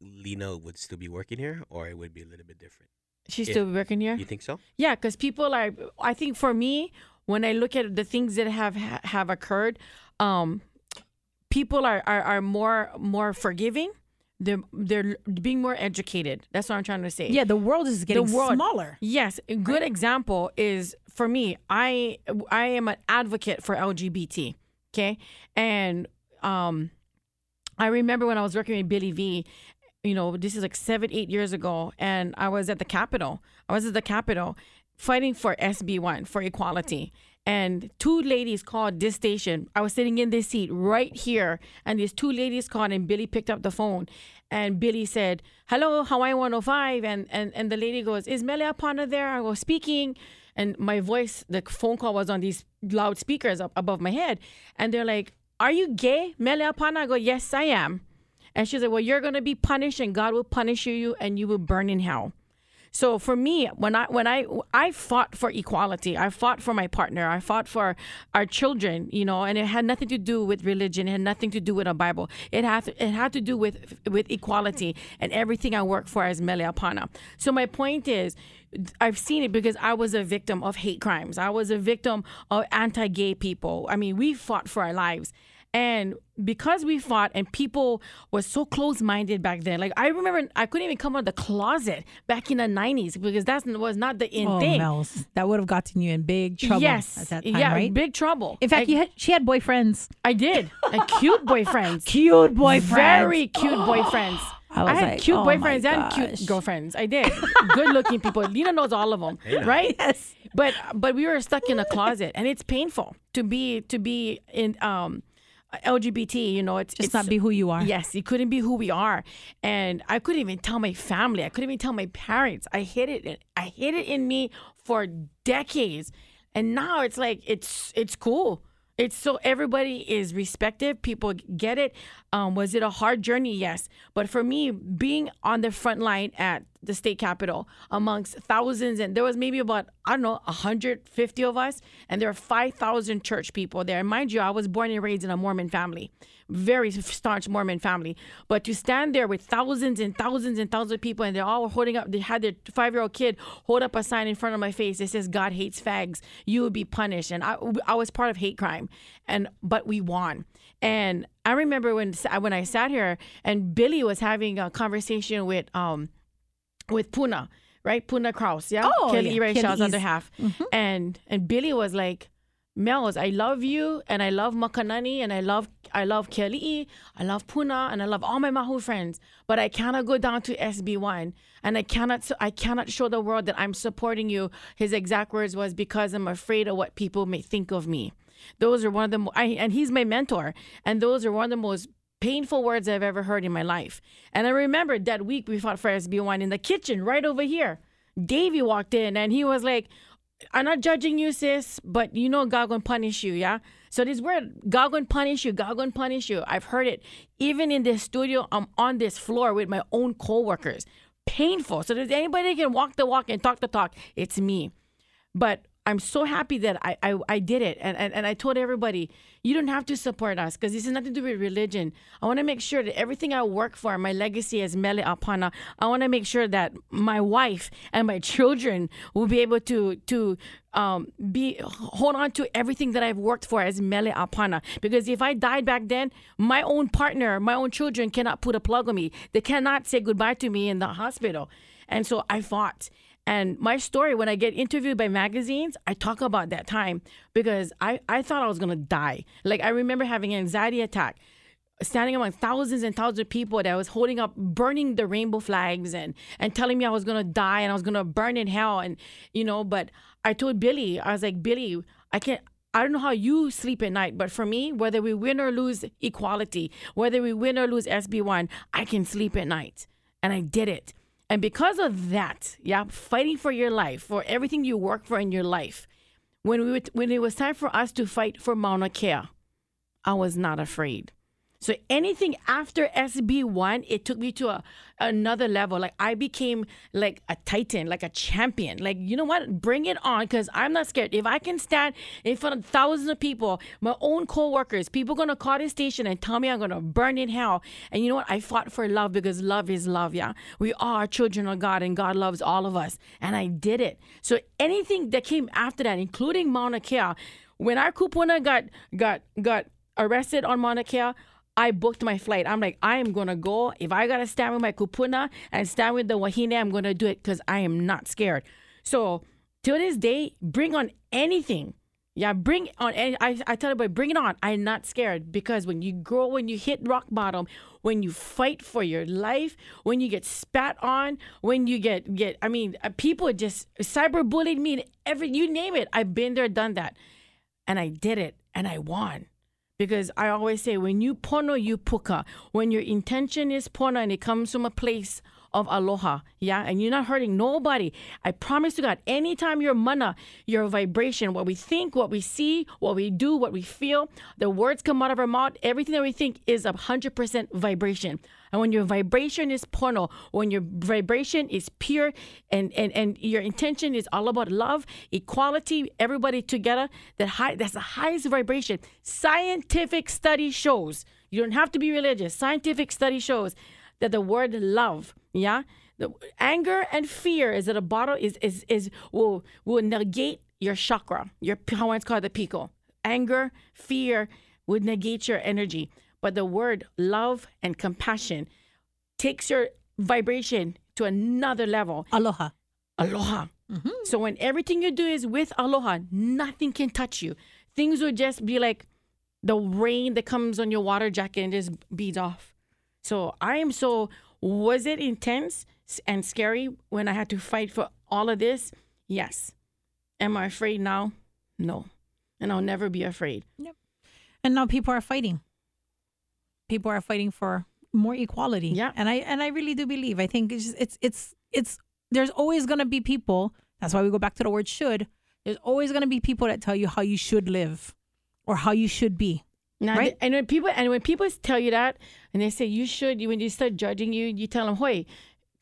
S2: Lena would still be working here or it would be a little bit different?
S3: She's still working here?
S2: You think so?
S3: Yeah, because people are. I think for me, when I look at the things that have ha- have occurred, um, people are, are are more more forgiving. They're they're being more educated. That's what I'm trying to say.
S1: Yeah, the world is getting
S3: world.
S1: smaller.
S3: Yes, a good example is for me. I I am an advocate for LGBT. Okay, and um, I remember when I was working with Billy V. You know, this is like seven, eight years ago, and I was at the Capitol. I was at the Capitol fighting for SB one for equality. And two ladies called this station. I was sitting in this seat right here, and these two ladies called, and Billy picked up the phone, and Billy said, "Hello, Hawaii 105," and and and the lady goes, "Is Mele Apana there?" I was speaking, and my voice, the phone call was on these loudspeakers up above my head, and they're like, "Are you gay, Mele Apana?" I go, "Yes, I am," and she's like, "Well, you're gonna be punished, and God will punish you, and you will burn in hell." So for me, when I when I I fought for equality, I fought for my partner, I fought for our children, you know, and it had nothing to do with religion, it had nothing to do with a Bible. It had to, it had to do with with equality and everything I work for as Mele Apana. So my point is, I've seen it because I was a victim of hate crimes. I was a victim of anti-gay people. I mean, we fought for our lives. And because we fought and people were so close minded back then, like I remember I couldn't even come out of the closet back in the 90s because that was not the in
S1: Oh,
S3: thing.
S1: Mel's. That would have gotten you in big trouble
S3: yes.
S1: at that time,
S3: yeah,
S1: right?
S3: big trouble.
S1: In fact,
S3: I,
S1: you had, she had boyfriends.
S3: I did. A cute boyfriends.
S1: Cute boyfriends.
S3: Very cute boyfriends.
S1: I was
S3: had
S1: like,
S3: cute
S1: oh my
S3: boyfriends and
S1: gosh.
S3: cute girlfriends. I did. Good looking people. Lena knows all of them, right?
S1: Yes.
S3: But but we were stuck in a closet, and it's painful to be to be in um LGBT. You know, it's
S1: Just
S3: it's,
S1: not be who you are.
S3: Yes, you couldn't be who we are, and I couldn't even tell my family. I couldn't even tell my parents. I hid it. in- I hid it in me for decades, and now it's like it's it's cool. It's so everybody is respected. People get it. Um, was it a hard journey? Yes, but for me, being on the front line at the state capitol amongst thousands, and there was maybe about I don't know 150 of us, and there were 5,000 church people there. And mind you, I was born and raised in a Mormon family, very staunch Mormon family. But to stand there with thousands and thousands and thousands of people, and they're all holding up, they had their five year old kid hold up a sign in front of my face that says, God hates fags, you will be punished. And I, I was part of hate crime, and but we won. And I remember when, when I sat here and Billy was having a conversation with, um, with Puna, right? Puna Kraus, yeah.
S1: Oh,
S3: Kelly
S1: yeah. Mm-hmm.
S3: Ray
S1: Kelly
S3: Shaw's
S1: is-
S3: other half, and and Billy was like, "Mel's, I love you, and I love Makanani, and I love I love Kelly, I love Puna, and I love all my Mahu friends, but I cannot go down to SB one, and I cannot I cannot show the world that I'm supporting you." His exact words was because I'm afraid of what people may think of me. Those are one of the mo- I, and he's my mentor, and those are one of the most painful words I've ever heard in my life. And I remember that week we fought for SB1 in the kitchen right over here. Davey walked in and he was like, I'm not judging you, sis, but you know God gonna punish you, yeah? So this word, God gonna punish you, God gonna punish you. I've heard it. Even in this studio, I'm on this floor with my own coworkers. Painful. So there's anybody that can walk the walk and talk the talk, it's me but I'm so happy that I, I, I did it. And, and, and I told everybody, you don't have to support us because this has nothing to do with religion. I want to make sure that everything I work for, my legacy as Mele Apana, uh, I want to make sure that my wife and my children will be able to, to um, be hold on to everything that I've worked for as Mele Apana. Because if I died back then, my own partner, my own children cannot put a plug on me. They cannot say goodbye to me in the hospital. And so I fought. And my story, when I get interviewed by magazines, I talk about that time because I, I thought I was gonna die. Like I remember having an anxiety attack, standing among thousands and thousands of people that was holding up, burning the rainbow flags and and telling me I was gonna die and I was gonna burn in hell and you know, but I told Billy, I was like, Billy, I can't I don't know how you sleep at night, but for me, whether we win or lose equality, whether we win or lose SB1, I can sleep at night. And I did it. And because of that, yeah, fighting for your life, for everything you work for in your life, when we would, when it was time for us to fight for Mauna Kea, I was not afraid. So anything after SB1, it took me to a, another level. Like I became like a titan, like a champion. Like you know what? Bring it on cuz I'm not scared. If I can stand in front of thousands of people, my own coworkers, people going to call this station and tell me I'm going to burn in hell. And you know what? I fought for love because love is love, yeah. We are children of God and God loves all of us. And I did it. So anything that came after that, including Mauna Kea, when our kupuna got got got arrested on Mauna Kea, I booked my flight. I'm like, I am gonna go. If I gotta stand with my kupuna and stand with the wahine, I'm gonna do it because I am not scared. So till this day, bring on anything. Yeah, bring on. any- I I tell everybody, bring it on. I'm not scared because when you grow, when you hit rock bottom, when you fight for your life, when you get spat on, when you get get. I mean, uh, people just cyberbullied me. And every you name it, I've been there, done that and I did it and I won. Because I always say, when you pono, you puka. When your intention is pono and it comes from a place of aloha, yeah, and you're not hurting nobody. I promise to God, anytime your mana, your vibration, what we think, what we see, what we do, what we feel, the words come out of our mouth, everything that we think is a 100% vibration. And when your vibration is porno, when your vibration is pure and, and, and your intention is all about love, equality, everybody together, that high, that's the highest vibration. Scientific study shows, you don't have to be religious, scientific study shows that the word love, yeah, the, anger and fear is at a bottle is, is, is will, will negate your chakra, your Hawaiians call it the pico anger, fear, would negate your energy. But the word love and compassion takes your vibration to another level.
S1: Aloha.
S3: Aloha. So when everything you do is with aloha, nothing can touch you. Things will just be like the rain that comes on your water jacket and just beads off. So I am so was it intense s- and scary when I had to fight for all of this? Yes. Am I afraid now? No. And I'll never be afraid.
S1: and now people are fighting people are fighting for more equality
S3: Yeah.
S1: and i and i really do believe i think it's just, it's it's it's there's always going to be people that's why we go back to the word should there's always going to be people that tell you how you should live or how you should be
S3: Now,
S1: Right?
S3: And when people and when people tell you that and they say you should, you when they start judging you, you tell them, "Hey,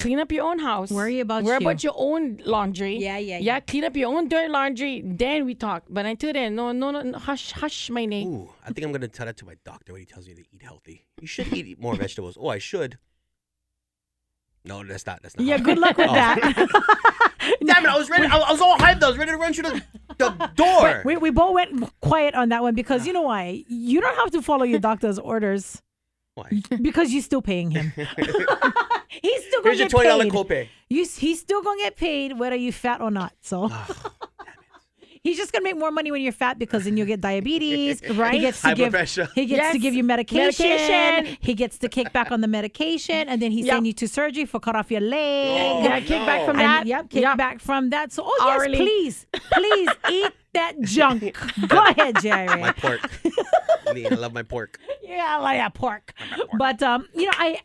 S3: clean up your own house.
S1: Worry about
S3: worry
S1: you."
S3: about your own laundry.
S1: Yeah, yeah,
S3: yeah.
S1: yeah.
S3: clean up your own dirt laundry. Then we talk. But until then, no, no, no, no hush, hush, my name.
S2: Ooh, I think I'm gonna tell that to my doctor when he tells me to eat healthy. You should eat more vegetables. Oh, I should. No, that's not. That's not.
S1: yeah
S2: how-
S1: good luck with
S2: Oh.
S1: that
S2: Damn it! I was ready. I I was all hyped. I was ready to run through the, the door.
S1: we, we both went quiet on that one because you know why you don't have to follow your doctor's orders
S2: Why?
S1: because you're still paying him he's still going
S2: Here's
S1: to
S2: your
S1: get
S2: twenty dollar
S1: paid
S2: copay.
S1: you, he's still going to get paid whether you fat or not so
S2: Ah,
S1: He's just gonna make more money when you're fat because then you'll get diabetes, right? He gets to
S2: High blood
S1: give
S2: pressure.
S1: he gets to
S3: Yes.
S1: give you medication.
S3: Medication.
S1: He gets to kick back on the medication, and then he
S3: Yeah.
S1: send you to surgery for cut off your
S2: Oh,
S1: leg.
S3: Yeah, kick back
S2: no.
S3: from
S1: And,
S3: that.
S1: yep, kick
S3: Yep.
S1: back from that. So, oh yes,
S3: Hourly.
S1: please, please eat that junk. Go ahead, Jerry.
S2: My pork. Me, I love my pork.
S1: yeah, I like that pork. But um, you know, I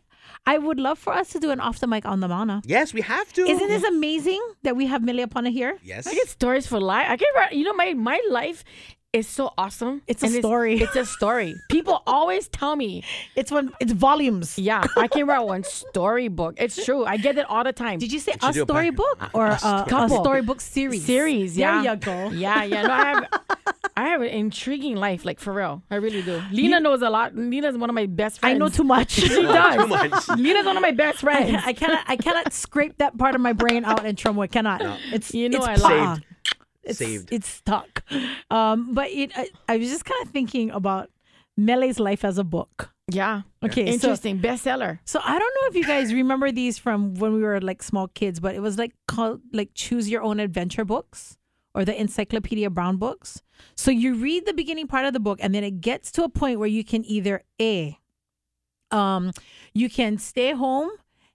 S1: I would love for us to do an off the mic on the mana.
S2: Yes, we have to.
S1: Isn't this amazing that we have Millie Apana here?
S2: Yes.
S3: I get stories for life. I get ri- you know my my life is so awesome.
S1: It's a
S3: And
S1: story.
S3: It's, a story. People always tell me,
S1: It's one. It's volumes.
S3: yeah, I can write one storybook. It's true. I get it all the time.
S1: Did you say
S2: should
S1: a
S2: do a pack-
S1: storybook
S2: a-
S1: or
S2: a
S1: a, a
S3: couple.
S1: storybook series?
S3: series? Yeah.
S1: There you go.
S3: Yeah, yeah. No, I have I have an intriguing life, like for real. I really do. Lena knows a lot. Lena's one of my best
S1: I
S3: friends.
S1: know too much.
S3: She does.
S2: Too much.
S3: Lena's one of my best friends.
S1: I cannot. I cannot scrape that part of my brain out in Trumbo. I cannot. It's
S3: You know
S1: it's pa.
S3: I love-
S2: Saved.
S1: It's,
S2: Saved.
S1: It's stuck. Um, but it. I, I was just kind of thinking about Mele's life as a book.
S3: yeah.
S1: Okay, so-
S3: Interesting. Bestseller.
S1: So I don't know if you guys remember these from when we were like small kids, but it was like called like choose your own adventure books or the Encyclopedia Brown books. So you read the beginning part of the book and then it gets to a point where you can either A um you can stay home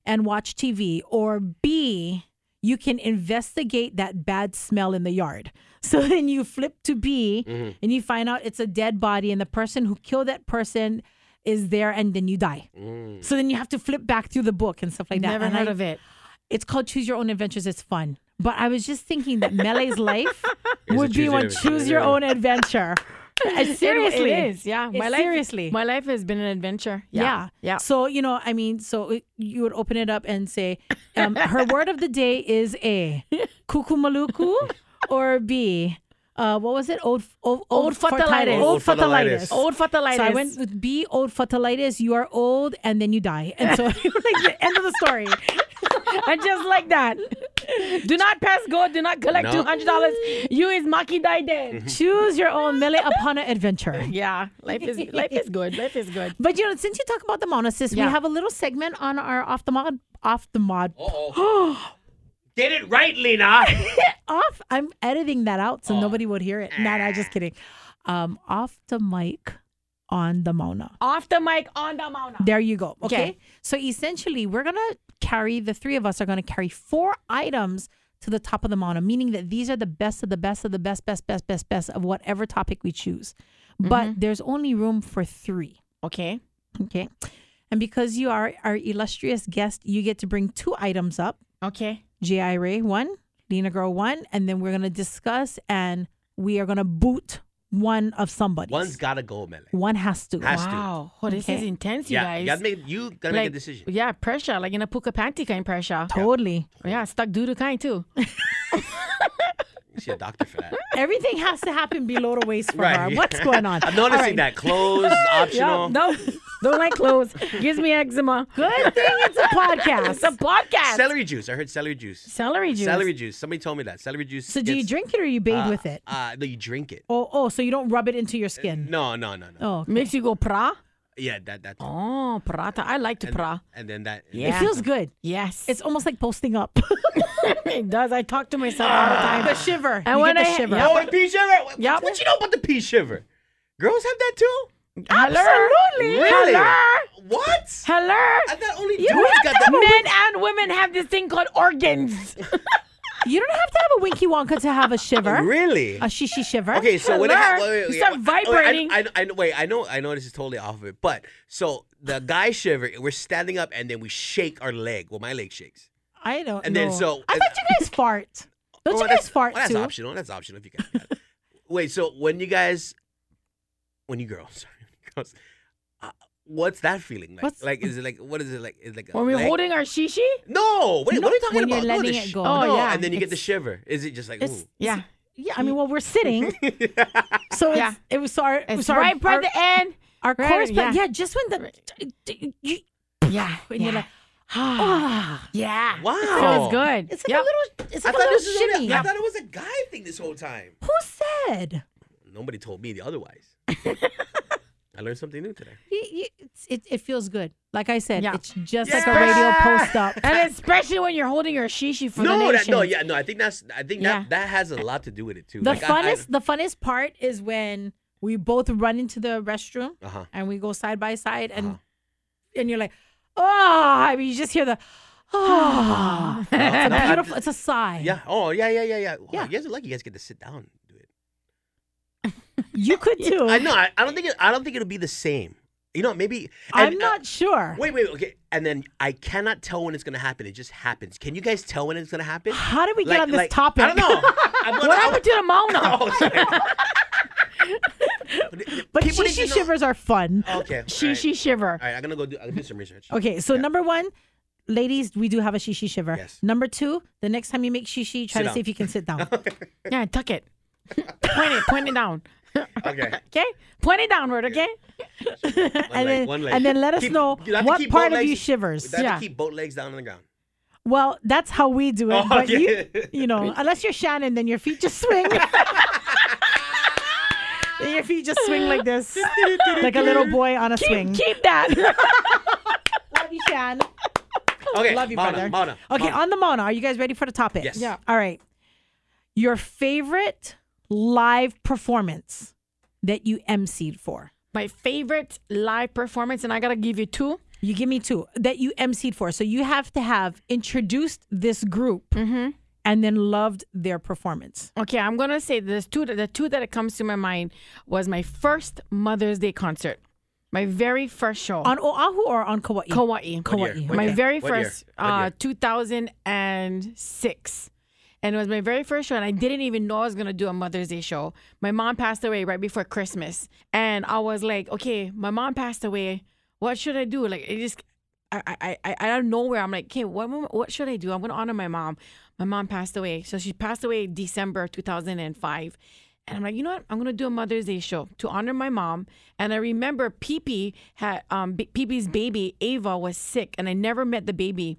S1: and watch TV or B you can investigate that bad smell in the yard. So then you flip to B and you find out it's a dead body and the person who killed that person is there and then you die. So then you have to flip back through the book and stuff like that.
S3: Never
S1: and
S3: heard
S1: I-
S3: of it.
S1: It's called Choose Your Own Adventures. It's fun. But I was just thinking that Melee's life
S2: a
S1: would be
S2: choose
S1: one
S2: your-
S1: Choose Your Own Adventure. Uh, seriously.
S3: It is, yeah.
S1: It's
S3: My life
S1: seriously.
S3: My life has been an adventure.
S1: yeah.
S3: Yeah. Yeah.
S1: So, you know, I mean, so it- you would open it up and say, um, her word of the day is A, kukumaluku, or B, uh, what was it? Old, old,
S3: Old fatalitis.
S1: Old
S2: Old
S1: fatalitis.
S2: fatalitis.
S3: Old fatalitis.
S1: So I went with B, old fatalitis. You are old, and then you die. And so, like the end of the story.
S3: and just like that. Do not pass go. Do not collect
S2: No.
S3: two hundred dollars. You is Maki die
S1: Mm-hmm.
S3: dead.
S1: Choose your own Mele Apana adventure.
S3: yeah, life is life is good. Life is good.
S1: But you know, since you talk about the mono, sis,
S3: Yeah.
S1: we have a little segment on our off the mod, off the mod,
S2: Did it right, Lena.
S1: off. I'm editing that out so
S3: Oh.
S1: nobody would hear it. Nah, nah,
S3: Ah.
S1: just kidding. Um, off the mic on the mono.
S3: Off the mic, on the mountain.
S1: There you go. Okay?
S3: Okay.
S1: So essentially, we're going to carry, the three of us are going to carry four items to the top of the mountain, meaning that these are the best of the best of the best, best, best, best, best of whatever topic we choose. But
S3: Mm-hmm.
S1: there's only room for three.
S3: Okay.
S1: Okay. And because you are our illustrious guest, you get to bring two items up
S3: Okay.
S1: G.I. Ray, one, Lena Girl, one. And then we're going to discuss and we are going to boot one of somebody.
S2: One's gotta go, Mele.
S1: One has to.
S2: Has- Let's do it.
S3: Wow. Oh, this is
S1: Okay.
S3: intense, you
S2: Yeah,
S3: guys.
S2: you gotta make you gotta make a decision.
S3: Yeah, pressure, like in a puka panty kind pressure.
S1: Totally.
S3: Yeah, stuck doodle kind too.
S2: You see a doctor for that.
S1: Everything has to happen below the waist for
S2: Right.
S1: her. What's going on?
S2: I'm
S1: All
S2: noticing
S1: right.
S2: that clothes optional.
S3: no, Don't like clothes. Gives me eczema.
S1: Good thing it's a
S3: It's a
S1: podcast.
S3: podcast.
S2: Celery juice. I heard celery juice.
S3: Celery juice.
S2: Celery juice. Somebody told me that. Celery juice.
S1: So do you
S2: gets-
S1: drink it or you bathe
S2: uh,
S1: with it?
S2: Uh, no, you drink it.
S1: Oh, oh, so you don't rub it into your skin.
S2: No, no, no, no.
S1: Oh, okay.
S3: Makes you go pra.
S2: Yeah, that that.
S3: Oh, prata. I like to
S2: and,
S3: pra.
S2: and then that.
S1: it
S3: Yeah.
S1: feels good.
S3: Yes.
S1: It's almost like posting up.
S3: it does. I talk to myself all
S2: Ah.
S3: the time.
S1: the shiver.
S3: And
S1: you
S3: when
S1: get the
S3: I-
S1: shiver.
S3: yeah.
S2: Oh, and pea shiver. What,
S3: Yep.
S2: what you know about the pea shiver? Girls have that too.
S3: Hello.
S1: Absolutely.
S2: Really?
S3: Hello.
S2: What?
S3: Hello.
S2: I thought only
S3: You
S2: dudes
S3: don't
S2: got
S3: have to-
S2: that.
S3: Men and women have this thing called organs.
S1: You don't have to have a winky wonka to have a shiver.
S2: Really?
S1: A shishi shiver.
S2: Okay, so when it ha-
S3: Hello?
S2: wait, wait,
S3: You
S2: wait,
S3: start
S2: wait,
S3: vibrating.
S2: I, I, I, wait, I know, I know this is totally off of it, but so the guy shiver, we're standing up and then we shake our leg. Well, my leg shakes,
S1: I don't
S2: and
S1: know.
S2: then so
S1: I thought you guys fart. Don't
S2: Oh,
S1: you guys
S2: that's-
S1: fart
S2: well, that's
S1: too?
S2: optional. That's optional if you guys. got it. Wait, so when you guys, when you girls, sorry, when you girls, uh, what's that feeling like?
S1: What's-
S2: like, is it like what is it like? Is it like a
S3: when we're
S2: leg?
S3: holding our shishi,
S2: No, wait, what are you talking
S1: when
S2: about?
S1: you're
S2: No,
S1: letting
S2: the
S1: it
S2: sh-
S1: go.
S2: no,
S3: Oh, yeah,
S2: and then you get the
S3: it's-
S2: shiver. Is it just like
S1: It's-
S2: ooh?
S3: yeah,
S1: Yeah, I mean, well, we're sitting, so it's,
S3: Yeah.
S1: it was our it
S3: it's
S1: was our,
S3: right by
S1: our,
S3: the end.
S1: our
S3: right,
S1: chorus, but
S3: yeah.
S1: yeah, just when the you,
S3: Yeah,
S1: when you're like,
S3: ah, yeah,
S2: Wow.
S3: feels good.
S1: it's like
S3: Yep.
S1: a little, it's
S2: I
S1: like a
S2: thought
S1: little
S2: this was only-
S1: shimmy.
S2: I thought it was a guy thing this whole time.
S1: Who said?
S2: Nobody told me the otherwise. I learned something new today.
S1: You- you- it's- it, it feels good. Like I said,
S3: Yeah.
S1: it's just like
S2: Yeah.
S1: a radio post up.
S3: and especially when you're holding your shishi for the
S2: no, that,
S3: nation.
S2: no, yeah, no. I think that's. I think
S3: Yeah.
S2: that that has a lot to do with it too.
S1: The
S2: Like, I- I-
S1: funnest, the funnest part is when we both run into the restroom
S2: Uh-huh.
S1: and we go side by side, and
S2: Uh-huh.
S1: and you're like, oh, I mean, you just hear the,
S3: Ah.
S1: oh,
S2: No,
S1: it's
S2: no,
S1: a
S2: I-
S1: beautiful, it's a sigh.
S2: Yeah. Oh, yeah, yeah, yeah, yeah. Wow,
S1: Yeah.
S2: You guys are lucky. You guys get to sit down. and do it.
S1: you could too.
S2: I know. I, I don't think. It, I don't think it'll be the same. You know, maybe. and,
S1: I'm
S2: uh,
S1: not sure.
S2: wait, wait. Okay. And then I cannot tell when it's gonna happen. It just happens. Can you guys tell when it's gonna happen?
S1: How did we get on this
S2: like-
S1: topic?
S2: I don't know. I'm gonna-
S3: What happened to the Mauna?
S2: Oh, sorry.
S1: But
S2: People need
S1: shishi
S2: to know- Uh,
S1: shivers are fun.
S2: Okay.
S3: She,
S2: all right.
S3: she shiver.
S2: All right, I'm gonna go do. I'm gonna do some research.
S1: Okay, so number one, ladies, we do have a shishi shiver.
S2: Yes.
S1: Number two, the next time you make shishi, try
S2: Sit
S1: to
S2: down.
S1: see if you can sit down.
S3: Yeah, tuck it. point it, point it down.
S2: Okay.
S3: Okay, point it downward. Okay.
S2: One
S1: and
S2: leg,
S1: then,
S2: one leg.
S1: and then let us
S2: Keep-
S1: know
S2: you have to
S1: what
S2: keep
S1: part
S2: both
S1: of you
S2: legs-
S1: shivers.
S2: you have
S3: Yeah.
S2: to keep both legs down on the ground.
S1: Well, that's how we do it.
S2: Oh,
S1: but
S2: yeah.
S1: you, you know, unless you're Shannon, then your feet just swing. Then your feet just swing like this, like a little boy on a swing.
S3: Keep that.
S1: Love you, Shan.
S2: Okay.
S1: Love you,
S2: Mona,
S1: brother.
S2: Mona,
S1: Okay,
S2: Mona.
S1: on the Mona, are you guys ready for the topic?
S2: Yes. Yeah.
S1: All right. Your favorite live performance that you emceed for.
S3: My favorite live performance, and I gotta give you two.
S1: You give me two that you emceed for. So you have to have introduced this group
S3: Mm-hmm.
S1: and then loved their performance.
S3: Okay, I'm gonna say there's two. The two that comes to my mind was my first Mother's Day concert, my very first show
S1: On Oahu or on Kauai?
S3: Kauai.
S1: Kauai.
S2: year? What
S3: My
S2: year?
S3: very
S2: What year?
S3: first,
S2: What
S3: uh,
S2: year?
S3: 2006, and it was my very first show, and I didn't even know I was gonna do a Mother's Day show. My mom passed away right before Christmas, and I was like, okay, my mom passed away. What should I do? Like, it just I, I, I, I don't know where I'm like, okay, what, am I- what should I do? I'm gonna honor my mom. My mom passed away, so she passed away December 2005, and I'm like, you know what? I'm gonna do a Mother's Day show to honor my mom. And I remember Pee-Pee had um B- Pee-Pee's baby Ava was sick, and I never met the baby.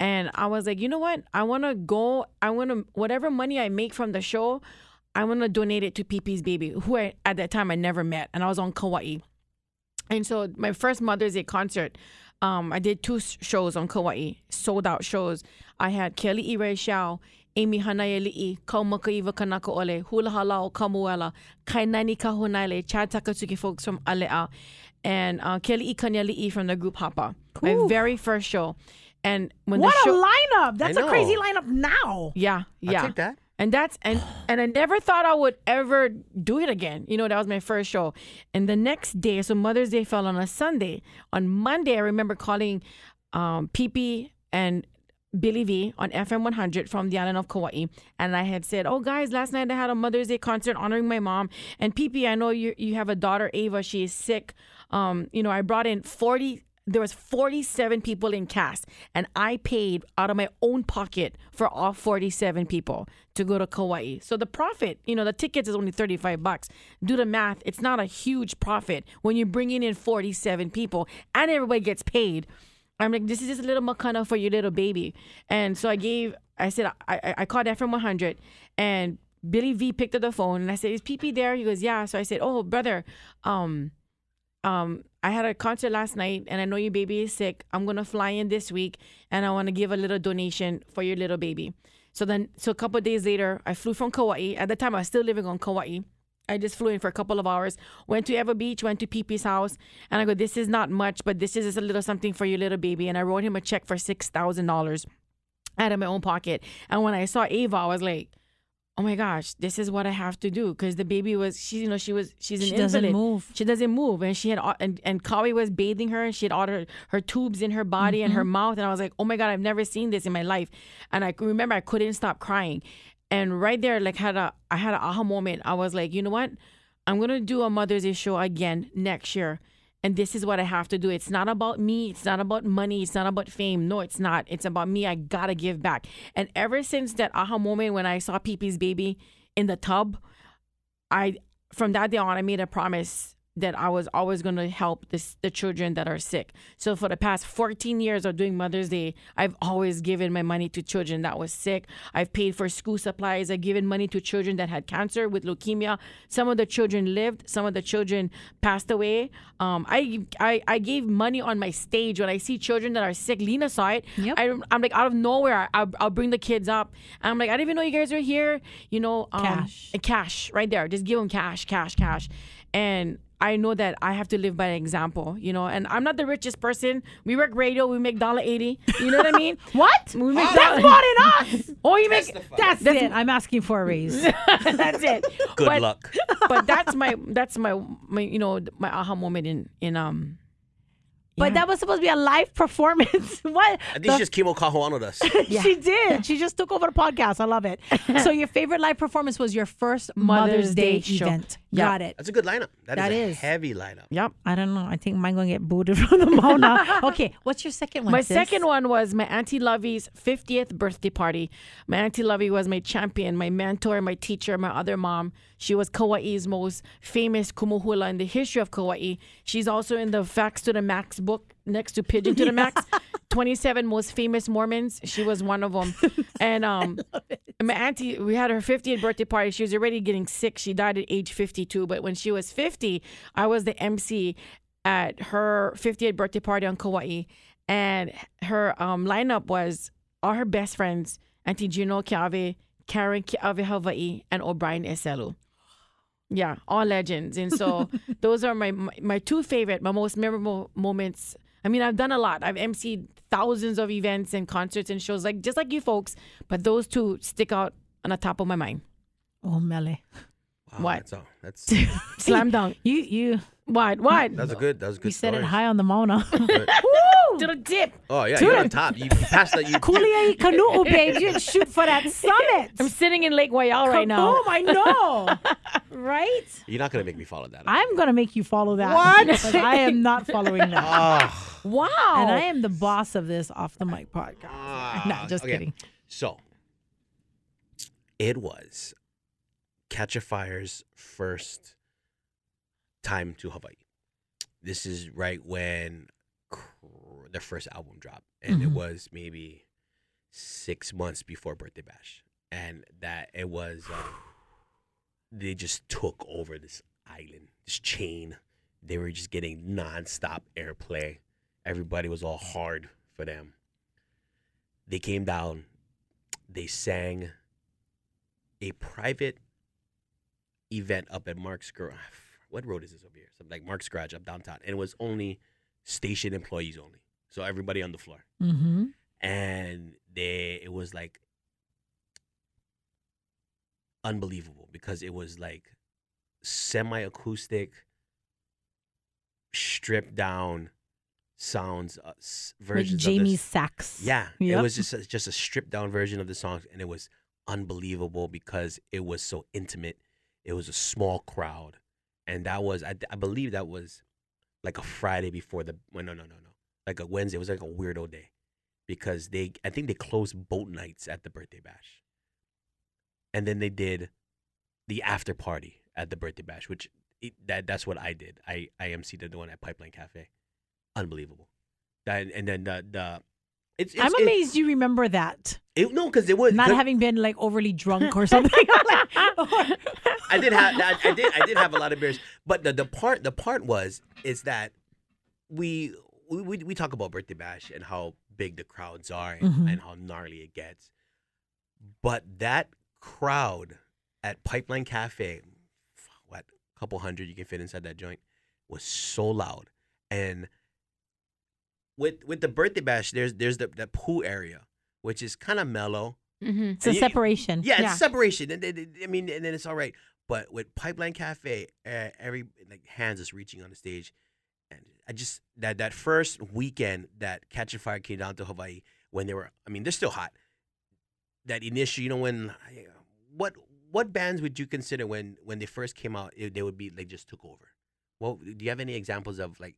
S3: And I was like, you know what? I wanna go. I wanna whatever money I make from the show, I wanna donate it to Pee-Pee's baby, who I, at that time I never met, and I was on Kauai. And so my first Mother's Day concert, um, I did two s- shows on Kauai, sold out shows. I had Kelly E. Ray Shao, Amy Hanayali'i, Kaumakaiva Kanaka Ole, Hula Halao Kamuela, Kainani Kahunale, Chad Takatsuki folks from Ale'a, and uh, Kelly E. Kanyali'i from the group Hapa. My
S1: Cool.
S3: very first show. And when
S1: What
S3: the
S1: a
S3: show,
S1: lineup! That's a
S2: know.
S1: crazy lineup now.
S3: yeah, yeah.
S2: take that.
S3: And that's and and I never thought I would ever do it again. You know, that was my first show. And the next day, so Mother's Day fell on a Sunday. On Monday, I remember calling um PP and Billy V on FM 100 from the island of Kauai. And I had said, Oh, guys, last night I had a Mother's Day concert honoring my mom. And PP, I know you, you have a daughter, Ava. She is sick. Um, you know, I brought in 40 there was 47 people in cast and i paid out of my own pocket for all 47 people to go to kauai so the profit you know the tickets is only 35 bucks do the math it's not a huge profit when you're bringing in 47 people and everybody gets paid i'm like this is just a little makana for your little baby and so i gave i said i i, I called from 100 and billy v picked up the phone and i said is pp there he goes yeah so i said oh brother um um, I had a concert last night, and I know your baby is sick. I'm gonna fly in this week, and I want to give a little donation for your little baby. So then, so a couple of days later, I flew from Kauai. At the time, I was still living on Kauai. I just flew in for a couple of hours, went to Eva Beach, went to Peepee's house, and I go, "This is not much, but this is just a little something for your little baby." And I wrote him a check for six thousand dollars out of my own pocket. And when I saw Ava, I was like, "Oh my gosh, this is what I have to do." Because the baby was, she, you know, she was, she's an
S1: She doesn't
S3: invalid.
S1: move.
S3: She doesn't move, and she had au- and and Kawi was bathing her, and she had all her her tubes in her body and her mouth, and I was like, oh my god, I've never seen this in my life, and I c- remember I couldn't stop crying, and right there, like had a I had a aha moment. I was like, you know what, I'm gonna do a Mother's Day show again next year. And this is what I have to do. It's not about me. It's not about money. It's not about fame. No, it's not. It's about me. I gotta give back. And ever since that aha moment when I saw Pee Pee's baby in the tub, I from that day on I made a promise that I was always going to help this, the children that are sick. So for the past 14 years of doing Mother's Day, I've always given my money to children that was sick. I've paid for school supplies. I've given money to children that had cancer with leukemia. Some of the children lived. Some of the children passed away. Um, I, I I gave money on my stage when I see children that are sick. Lena saw it.
S1: Yep.
S3: I, I'm like out of nowhere. I'll, I'll bring the kids up. I'm like I didn't even know you guys were here. You know, um,
S1: Cash.
S3: cash right there. Just give them cash, cash, cash. And I know that I have to live by example, you know. And I'm not the richest person. We work radio. We make dollar eighty. You know what I mean?
S1: What?
S3: We make
S1: That's
S3: dollar-
S1: more than us.
S3: Oh, you make
S1: That's, it. I'm asking for a raise.
S3: that's it.
S2: Good
S3: but,
S2: luck.
S3: But that's my that's my my you know my aha moment in in um.
S1: But that was supposed to be a live performance. what?
S2: I think she just chemo cajuanoed us.
S1: She did. She just took over the podcast. I love it. so your favorite live performance was your first Mother's,
S3: Mother's
S1: Day,
S3: Day show.
S1: event.
S3: Yeah.
S1: Got it.
S2: That's a good lineup.
S1: That
S2: that
S1: is.
S2: is, a heavy lineup.
S3: Yep.
S1: I don't know. I think mine going to get booted from the mall now. Okay, what's your second one?
S3: My
S1: sis?
S3: second one was my Auntie Lovey's 50th birthday party. My Auntie Lovey was my champion, my mentor, my teacher, my other mom. She was Kauai's most famous kumuhula in the history of Kauai. She's also in the Facts to the Max book next to Pigeon to the Max. 27 most famous Mormons. She was one of them. And um, my auntie, we had her 50th birthday party. She was already getting sick. She died at age 52. But when she was 50, I was the MC at her 50th birthday party on Kauai. And her um, lineup was all her best friends, Auntie Gino Kiave, Karen Kiave Hawaii, and O'Brien Eselu. Yeah, all legends. And so those are my, my my two favorite, my most memorable moments. I mean, I've done a lot. I've emceed thousands of events and concerts and shows like just like you folks, but those two stick out on the top of my mind.
S1: Oh, Melly.
S2: Wow,
S3: What?
S2: That's, all. that's,
S3: Slam dunk.
S1: You you
S3: What? What?
S2: that's a good. That was a good.
S1: you said it
S2: stories.
S1: high on the mall now.
S2: Good.
S3: to the tip.
S2: Oh yeah, you're on top. You you passed that. You
S1: Kulia E. Kanu'u, babe. You didn't shoot for that summit.
S3: I'm sitting in Lake Wayal right now.
S1: Kaboom, I know. right?
S2: You're not gonna make me follow that. up.
S1: I'm going to make you follow that. What? I am not following that.
S2: Ah,
S3: Wow.
S1: And I am the boss of this off the mic podcast. no, just
S2: okay.
S1: kidding.
S2: So it was Catch a Fire's first time to Hawaii. This is right when cr- their first album dropped, and it
S1: Mhm.
S2: was maybe six months before Birthday Bash, and that it was um, they just took over this island, this chain. They were just getting nonstop airplay. Everybody was all hard for them. They came down they sang a private event up at Mark's Garage. What road is this over here? Something like Mark's Garage up downtown. And it was only station employees only. So everybody on the floor.
S1: Mm-hmm.
S2: And they it was like unbelievable because it was like semi acoustic, stripped down sounds, uh, s-
S1: Like
S2: versions of
S1: Jamie
S2: this.
S1: Sachs.
S2: Yeah,
S1: Yep.
S2: it was just a, just a stripped down version of the songs, and it was unbelievable because it was so intimate. It was a small crowd, and that was I, I believe that was like a Friday before the well, no no no no like a Wednesday. It was like a weirdo day because they I think they closed boat nights at the birthday bash, and then they did the after party at the birthday bash, which it, that that's what I did. I I emceed the one at Pipeline Cafe, unbelievable. That and then the the it's, it's
S1: I'm
S2: it-
S1: amazed you remember that.
S2: It, no, because it was
S1: Not
S2: 'cause
S1: having been like overly drunk or something. Like, oh.
S2: I did have I, I did I did have a lot of beers, but the, the part the part was is that we we we- we talk about birthday bash and how big the crowds are and,
S1: Mhm.
S2: and how gnarly it gets, but that crowd at Pipeline Cafe, what couple hundred you can fit inside that joint, was so loud and. With, with the birthday bash, there's there's the, the pool area, which is kind of mellow.
S3: Mm-hmm.
S1: it's a
S2: You-
S1: separation.
S2: Yeah,
S3: Yeah.
S2: it's separation. And, then- I mean, and then it's all right. But with Pipeline Cafe, uh, every like hands is reaching on the stage, and I just that that first weekend that Catching Fire came down to Hawaii when they were, I mean, they're still hot. That initial, you know, when what what bands would you consider when when they first came out, eh, they would be like just took over. Well, do you have any examples of like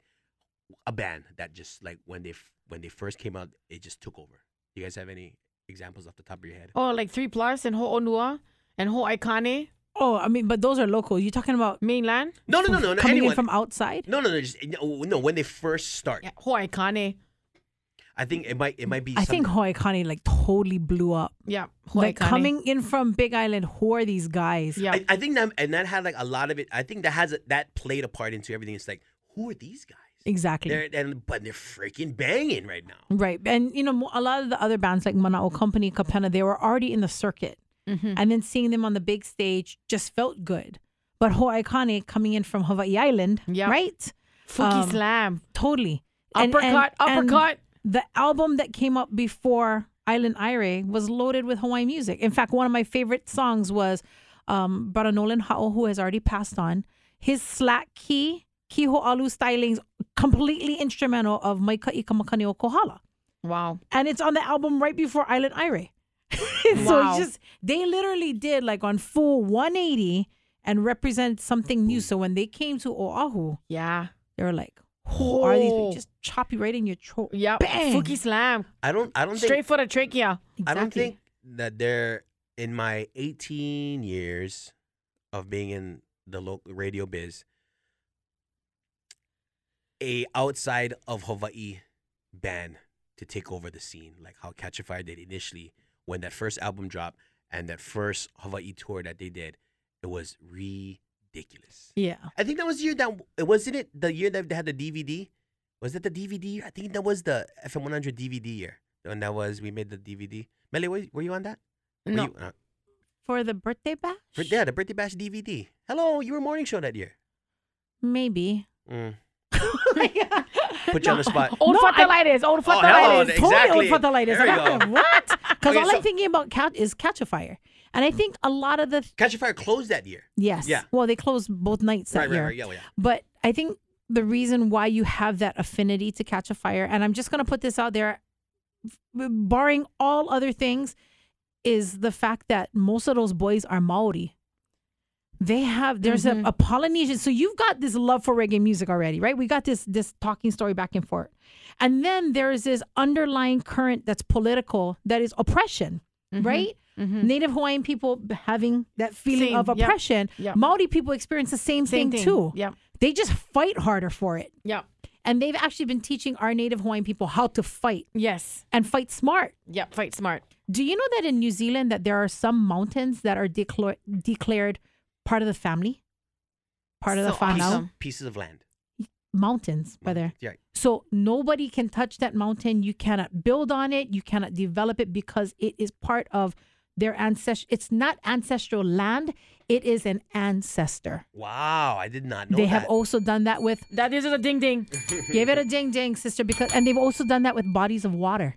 S2: a band that just like when they f- when they first came out, it just took over? You guys have any examples off the top of your head?
S3: Oh, like Three Plus and Ho'onua and Ho'aikane
S1: Oh, I mean, but those are local. You're talking about
S3: mainland.
S2: No, no, no, no, no.
S1: coming
S2: anyone.
S1: in from outside?
S2: No, no, no. Just, no, no, when they first start,
S3: Yeah, Ho'aikane.
S2: I think it might it might be.
S1: I think
S2: some-
S1: Hawaii like totally blew up.
S3: Yeah,
S1: Like
S3: Ho'aikane.
S1: coming in from Big Island, who are these guys?
S3: Yeah.
S2: I, I think that and that had like a lot of it. I think that has a, that played a part into everything. It's like who are these guys?
S1: Exactly.
S2: They're and but they're freaking banging right now.
S1: Right. And, you know, mo- a lot of the other bands like Manao Company, Capena, they were already in the circuit.
S3: Mhm.
S1: And then seeing them on the big stage just felt good. But Ho'aikane coming in from Hawaii Island,
S3: Yeah.
S1: right?
S3: Fuki
S1: um,
S3: Slam.
S1: Totally. And-
S3: Uppercut.
S1: and- and
S3: uppercut.
S1: the album that came up before Island Ire was loaded with Hawaiian music. In fact, one of my favorite songs was um, Brother Nolan Ha'o, who has already passed on. His slack key, Kiho Alu stylings, completely instrumental of Maika Ika Makaneo Kohala
S3: wow.
S1: and it's on the album right before Island Ire. so
S3: Wow.
S1: it's just they literally did like on full 180 and represent something new. So when they came to Oahu,
S3: Yeah.
S1: they were like, "Who are these?
S3: Oh.
S1: people? Just chop you right in your throat."
S3: Yeah.
S1: Bang.
S3: Fuki Slam.
S2: I don't. I don't think.
S3: Straight for the trachea.
S2: I don't
S1: Exactly.
S2: think that they're in my 18 years of being in the local radio biz. A outside of Hawaii band to take over the scene, like how Catch a Fire did initially when that first album dropped and that first Hawaii tour that they did, it was ridiculous.
S1: Yeah.
S2: I think that was the year that it wasn't it the year that they had the DVD. Was that the DVD? I think that was the FM 100 DVD year. And that was we made the DVD. Melly, were, were you on that? Were
S3: No.
S2: you, uh,
S1: For the birthday bash?
S2: for, yeah, the Birthday Bash DVD. Hello, you were morning show that year.
S1: Maybe.
S2: Mm.
S1: Put
S2: Put you on the spot.
S3: Old
S1: No, I-
S3: fatalitis. Old
S2: Oh, hello,
S3: fatalitis.
S2: th- exactly.
S1: Totally old fatalitis.
S2: There you
S1: I'm
S2: go.
S1: like, what? Because
S2: Okay,
S1: all
S2: so-
S1: I'm thinking about cat is catch a fire. And I think a lot of the
S2: Catch a Fire closed that year.
S1: yes.
S2: Yeah.
S1: Well, they closed both nights that
S2: Right, right,
S1: year.
S2: right. Yeah, yeah.
S1: But I think the reason why you have that affinity to catch a fire, and I'm just going to put this out there, barring all other things, is the fact that most of those boys are Maori. They have there's
S3: Mhm.
S1: a, a Polynesian, so you've got this love for reggae music already, right? We got this this talking story back and forth, and then there is this underlying current that's political that is oppression,
S3: Mhm.
S1: right?
S3: Mhm.
S1: Native Hawaiian people having that feeling
S3: Same,
S1: of
S3: yep.
S1: oppression,
S3: Yep.
S1: Maori people experience the same,
S3: Same thing.
S1: too
S3: Yep.
S1: they just fight harder for it.
S3: Yep.
S1: And they've actually been teaching our native Hawaiian people how to fight
S3: Yes.
S1: and fight smart.
S3: Yep. Fight smart.
S1: Do you know that in New Zealand that there are some mountains that are declar- declared part of the family? Part of the
S3: So
S1: family
S3: awesome.
S2: Pieces of land.
S1: mountains, brother.
S2: Yeah.
S1: So nobody can touch that mountain. You cannot build on it. You cannot develop it because it is part of their ancestral. It's not ancestral land. It is an ancestor.
S2: Wow, I did not know
S1: they
S2: that.
S1: have also done that with
S3: That is a ding ding.
S1: Give it a ding ding, sister, because and they've also done that with bodies of water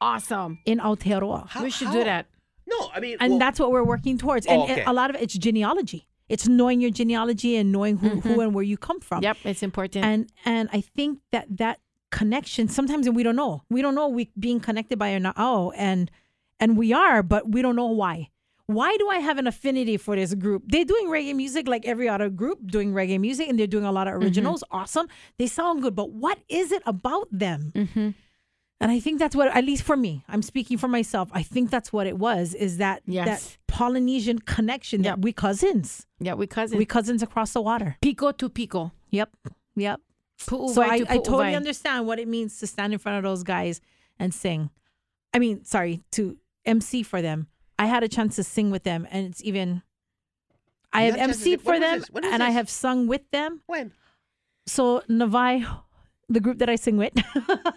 S3: Awesome.
S1: in Aotearoa.
S2: How-
S3: we should
S2: how?
S3: do that.
S2: No, I mean,
S1: And
S2: well,
S1: that's what we're working towards. And
S2: Oh, okay.
S1: a lot of it's genealogy. It's knowing your genealogy and knowing who,
S2: Mm-hmm.
S1: who and where you come from.
S3: Yep. It's important.
S1: And and I think that that connection sometimes and we don't Oh, know. We don't know we being connected by an ao and and we are, but we don't know why. why do I have an affinity for this group? They're doing reggae music like every other group doing reggae music, and they're doing a lot
S2: Mm-hmm.
S1: of originals. Awesome. They sound good, but what is it about them? And I think that's what, at least for me, I'm speaking for myself. I think that's what it was: is that
S3: Yes.
S1: that Polynesian connection
S3: Yep.
S1: that we cousins,
S3: Yeah, we cousins.
S1: we cousins across the water.
S3: pico to pico.
S1: Yep, yep.
S3: Pu'uvai
S1: So I,
S3: to
S1: I totally
S3: pu'uvai.
S1: understand what it means to stand in front of those guys and sing. I mean, sorry, to MC for them. I had a chance to sing with them, and it's even. I
S2: You
S1: have
S2: had a chance to
S1: MC'd
S2: sing-
S1: for
S2: when was
S1: them,
S2: this? When was
S1: and I
S2: this?
S1: have sung with them.
S2: When?
S1: So Navai, the group that I sing with,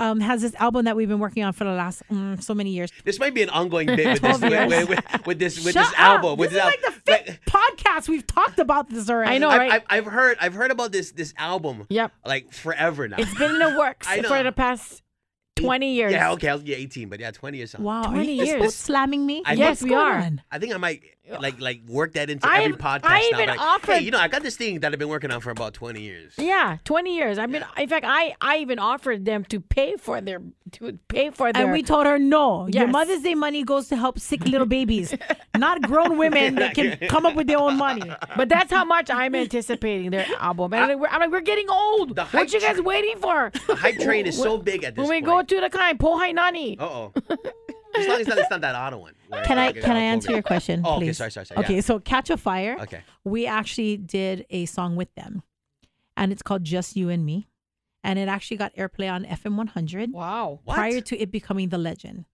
S1: um, has this album that we've been working on for the last mm, so many years.
S2: This might be an ongoing bit with this
S1: 12 years.
S2: with, with, with, with this with
S1: Shut
S2: this
S1: up!
S2: album. With
S1: this is
S2: al-
S1: like the fifth podcast we've talked about this already.
S3: I know,
S2: I've,
S3: right?
S2: I've, I've heard I've heard about this this album.
S3: Yep.
S2: Like forever now.
S3: It's been in the works
S2: I
S3: for
S2: know.
S3: the past 20 years.
S2: yeah. Okay. I was, yeah. Eighteen. But yeah, twenty or something.
S1: Wow, are
S3: 20
S1: you guys
S3: years.
S1: both slamming me?
S2: I-
S1: What's
S3: Yes, we
S1: going
S3: are.
S1: on?
S2: I think I might like like work that into
S3: I-
S2: every podcast.
S3: I
S2: now.
S3: even
S2: like,
S3: offered-
S2: Hey, you know, I got this thing that I've been working on for about twenty years.
S3: Yeah, 20 years. I've been in fact I I even offered them to pay for their to pay for their
S1: And we told her, no, your
S3: Yes.
S1: Mother's Day money goes to help sick little babies, not grown women that can come up with their own money.
S3: But that's how much I'm anticipating their album. And I, we're, I'm like, we're getting old.
S2: The
S3: What
S2: hype
S3: you guys
S2: train-
S3: waiting for?
S2: The hype train is so big at this
S3: When we
S2: point.
S3: go to the kind, Pohai Nani.
S2: Uh oh. As long as not, it's not that auto one. Right? uh,
S1: Can I
S2: Okay,
S1: can I
S2: I'll
S1: answer
S2: move
S1: your
S2: it.
S1: question,
S2: Oh, okay,
S1: please?
S2: sorry, sorry, sorry, yeah.
S1: Okay, so Catch a Fire.
S2: Okay.
S1: We actually did a song with them, and it's called Just You and Me, and it actually got airplay on FM 100
S3: Wow.
S2: What?
S1: prior to it becoming the legend.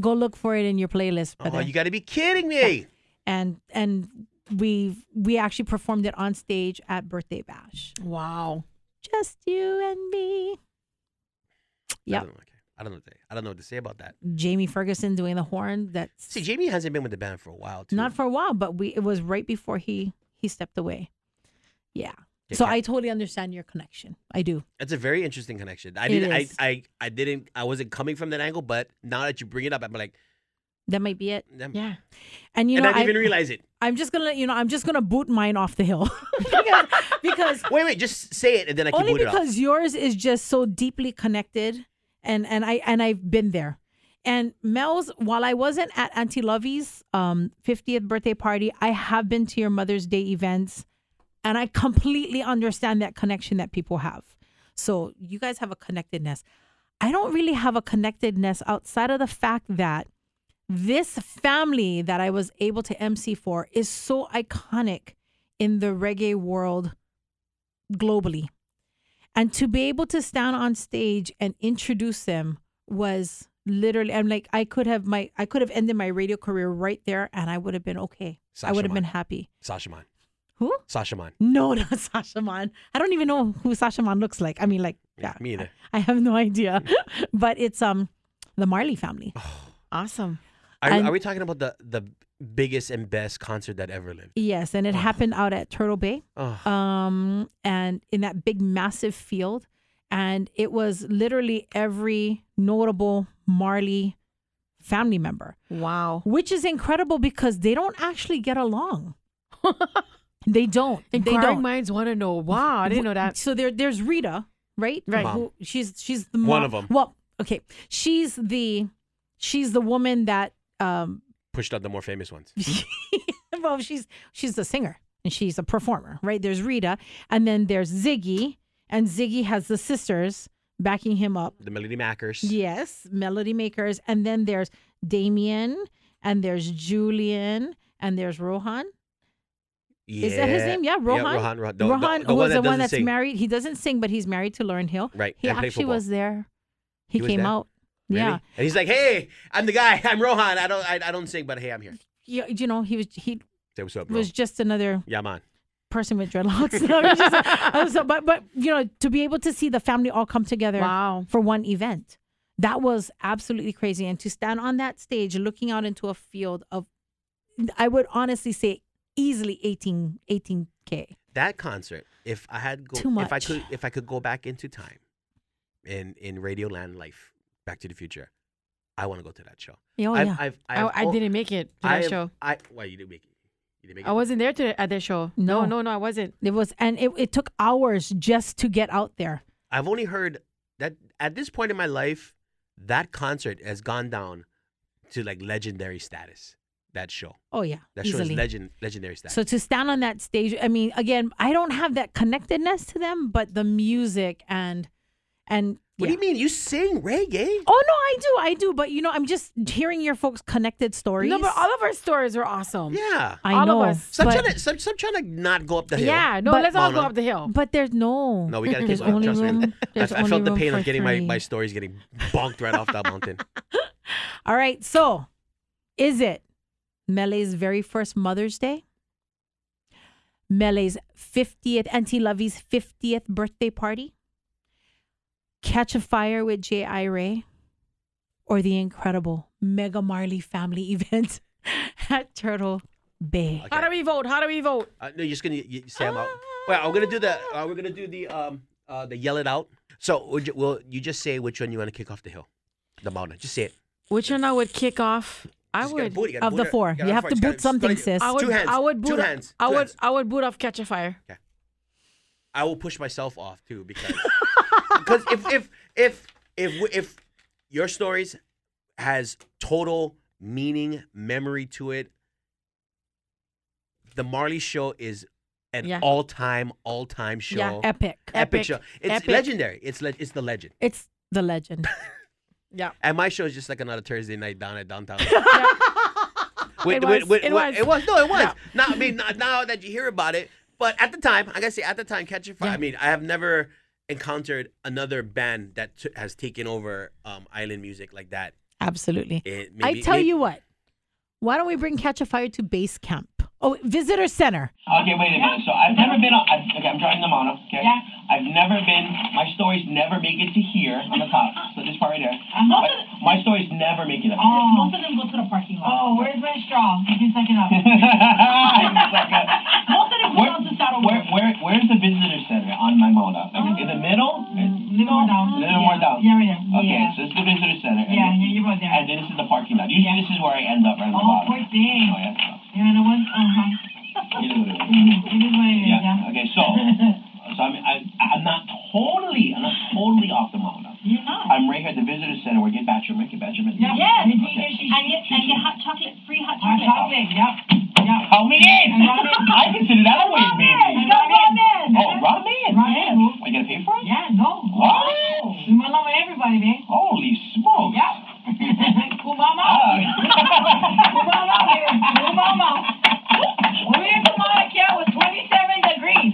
S1: Go look for it in your playlist,
S2: oh,
S1: brother.
S2: you got to be kidding me.
S1: and and we we actually performed it on stage at Birthday Bash.
S3: Wow.
S1: Just you and me.
S2: I
S1: Yep.
S2: don't, know, okay. I don't know. What to, I don't know what to say about that.
S1: Jamie Ferguson doing the horn. That's
S2: See, Jamie hasn't been with the band for a while. Too.
S1: not for a while, but we it was right before he he stepped away. Yeah.
S2: Yeah,
S1: So
S2: Cat-
S1: I totally understand your connection. I do.
S2: That's a very interesting connection. I
S1: It
S2: didn't. I,
S1: is.
S2: I. I didn't. I wasn't coming from that angle, but now that you bring it up, I'm like,
S1: That might be it.
S2: damn.
S3: Yeah.
S1: And you
S2: and
S1: know,
S2: I didn't
S1: I,
S2: even realize it.
S1: I'm just gonna let you know, I'm just gonna boot mine off the hill because, because
S2: Wait, wait. Just say it, and then I can
S1: only
S2: boot it off.
S1: because yours is just so deeply connected, and and I and I've been there. And Mel's, while I wasn't at Auntie Lovey's um, 50th birthday party, I have been to your Mother's Day events, and I completely understand that connection that people have. So you guys have a connectedness. I don't really have a connectedness outside of the fact that this family that I was able to MC for is so iconic in the reggae world globally. And to be able to stand on stage and introduce them was literally I'm like I could have my I could have ended my radio career right there and I would have been okay. I
S2: Sasha
S1: would have been
S2: Mon.
S1: happy.
S2: Sasha Mon.
S1: Who?
S2: Sasha Mon.
S1: No, not Sasha Man. I don't even know who Sasha Man looks like. I mean like yeah.
S2: Me either.
S1: I have no idea. but it's um the Marley family.
S2: Oh.
S3: Awesome.
S2: Are,
S1: And-
S2: are we talking about the the biggest and best concert that ever lived?
S1: Yes, and it happened out at Turtle Bay.
S2: Oh,
S1: um, and in that big massive field. And it was literally every notable Marley family member,
S3: Wow.
S1: which is incredible because they don't actually get along. they don't. they
S3: Inquiring
S1: don't.
S3: minds want to know. Wow, I didn't know that.
S1: So there, there's Rita, right?
S3: Right.
S2: Mom.
S1: Who- she's she's the
S2: One
S1: mom-
S2: of 'em.
S1: Well, okay, she's the she's the woman that um,
S2: pushed out the more famous ones.
S1: well, she's she's a singer and she's a performer, right? There's Rita, and then there's Ziggy, and Ziggy has the sisters backing him up.
S2: The Melody Mackers.
S1: Yes, melody makers, and then there's Damien, and there's Julian, and there's Rohan. Is that his
S2: Yeah.
S1: name? Yeah, Rohan.
S2: Yeah, Rohan. Rohan, the, the-
S1: Rohan,
S2: the
S1: who
S2: one
S1: is
S2: that
S1: the one
S2: doesn't
S1: that's
S2: sing.
S1: married. He doesn't sing, but he's married to Lauren Hill.
S2: Right,
S1: He
S2: and play
S1: actually
S2: football.
S1: was there. He,
S2: He was
S1: came
S2: there?
S1: out.
S2: Really?
S1: Yeah.
S2: And he's like, "Hey, I'm the guy. I'm Rohan. I don't, I, I don't sing, but hey, I'm here."
S1: You, you know, he was he
S2: Say what's up, bro.
S1: was just another
S2: yeah, man.
S1: person with dreadlocks. No, I'm just- I'm Uh, so- but but you know, to be able to see the family all come together
S3: Wow.
S1: for one event, that was absolutely crazy. And to stand on that stage, looking out into a field of, I would honestly say, easily 18 k.
S2: That concert, if I had go,
S1: Too
S2: if I
S1: much.
S2: could, if I could go back into time, in in Radioland life, Back to the Future, I want to go to that show.
S1: Oh
S2: I've,
S1: yeah,
S2: I've, I've,
S3: I, I
S2: al-
S3: didn't make it to
S2: I
S3: that
S2: have-
S3: show.
S2: I why you didn't make it? You didn't make
S3: I
S2: it.
S3: wasn't there to the, at the show.
S1: No.
S3: no, no, no I wasn't.
S1: it was, and it, it took hours just to get out there.
S2: I've only heard that at this point in my life, that concert has gone down to like legendary status. that show.
S1: Oh yeah,
S2: That show
S1: easily.
S2: is legend, legendary status.
S1: So to stand on that stage, I mean, again, I don't have that connectedness to them, but the music and and
S2: what
S1: yeah.
S2: do you mean? You sing reggae?
S1: Oh no, I do, I do, but you know, I'm just hearing your folks' connected stories.
S3: No, but all of our stories are awesome.
S2: Yeah.
S1: Um, I
S3: all of
S1: know,
S3: us.
S2: Stop,
S1: but,
S2: trying to, stop, stop trying to not go up the hill.
S3: Yeah, no,
S1: But-
S3: let's all go
S2: Mona.
S3: up the hill.
S1: but there's no.
S2: No, we gotta keep
S1: there's
S2: going.
S1: only
S2: Trust
S1: room,
S2: me. I, I
S1: there's only
S2: felt the
S1: room
S2: pain
S1: for
S2: of getting my,
S1: three.
S2: my stories getting bonked right off that mountain.
S1: All right, so is it Mele's very first Mother's Day? Mele's 50th, Auntie Lovey's 50th birthday party? Catch a Fire with J.I. Ray? Or the incredible Mega Marley family event at Turtle Bay?
S2: Okay.
S3: How do we vote? How do we vote?
S2: Uh, no, you're just gonna you, say I'm out. Well, I'm gonna do the uh, we're gonna do the um uh the yell it out. So would you, will you just say which one you want to kick off the hill, the mountain? Just say it.
S3: Which one I would kick off? I
S2: Just gotta
S3: would.
S2: boot it, gotta
S1: Of
S2: boot
S1: the
S2: it,
S1: four,
S2: gotta
S1: you have
S2: fight,
S1: to
S2: gotta
S1: boot something,
S2: study it.
S1: sis.
S3: I would.
S2: Two hands.
S3: I would boot.
S2: Two hands.
S3: I
S2: two
S3: would.
S2: hands.
S3: I would boot off catch a fire.
S2: I will push myself off too because because if if if if w- if your stories has total meaning memory to it, the Marley Show is an
S3: Yeah.
S2: all time all time show.
S3: Yeah,
S1: Epic.
S2: Epic
S3: epic,
S2: show. It's
S3: epic.
S2: legendary. It's le- it's the legend.
S1: It's the legend.
S3: Yeah.
S2: And my show is just like another Thursday night down at downtown.
S3: It
S2: Wait,
S3: was,
S2: wait, wait, wait,
S3: it was.
S2: it was. No, it was. Now, I mean, not, now that you hear about it, but at the time, I gotta say, at the time, Catch a Fire. I mean, I have never encountered another band that t- has taken over um, island music like that.
S1: Absolutely.
S2: It,
S1: I tell you what. Why don't we bring Catch a Fire to base camp? Oh, visitor center.
S4: Okay, wait a minute. So I've never been on. I've, okay, I'm driving the mono. Okay. Yeah. I've never been. My stories never make it to here on the top. So this part right there. My, my stories never make it up. here.
S3: Oh.
S5: Most of them go to the parking lot. Oh, where's my straw? You can suck it up.
S4: It's like a-
S5: Most of them go
S4: Where,
S5: down to Saddle
S4: where,
S5: Road.
S4: where, where's the visitor center on my mono? In the middle?
S5: Little more down.
S4: Little more down.
S5: Oh. Mm-hmm. Yeah, yeah. yeah.
S4: Okay,
S5: yeah.
S4: so it's the visitor center. and
S5: yeah,
S4: then-
S5: yeah, you were there.
S4: And then this is the parking lot. Usually this is where I end up right on the
S5: oh,
S4: bottom.
S5: poor thing.
S4: Oh, yeah. so,
S5: You know what? Uh-huh.
S4: you know what it is.
S5: Mhm. It is what it is,
S4: Yeah.
S5: yeah.
S4: Okay, so so I'm I, I'm not totally I'm not totally off the mountain.
S5: You're not.
S4: I'm right here at the visitor center where Get Batcherman, Get Batcherman.
S5: Yeah.
S4: Okay.
S5: And you
S6: and get and get hot chocolate, free hot
S5: Hot
S6: chocolate.
S5: chocolate. Yep. Yep.
S4: Count me in.
S5: And ramen.
S4: I consider that a win,
S5: And
S4: baby.
S6: Go ramen.
S4: Oh, ramen.
S5: Ramen.
S4: Yes. I gotta pay for it.
S5: Yeah, no.
S4: Wow.
S5: You my love with everybody, man.
S4: Holy smokes.
S5: Yep. Kumama.
S4: Ah.
S5: Kumama, baby. Kumama. We were in Kilauea with 27 degrees,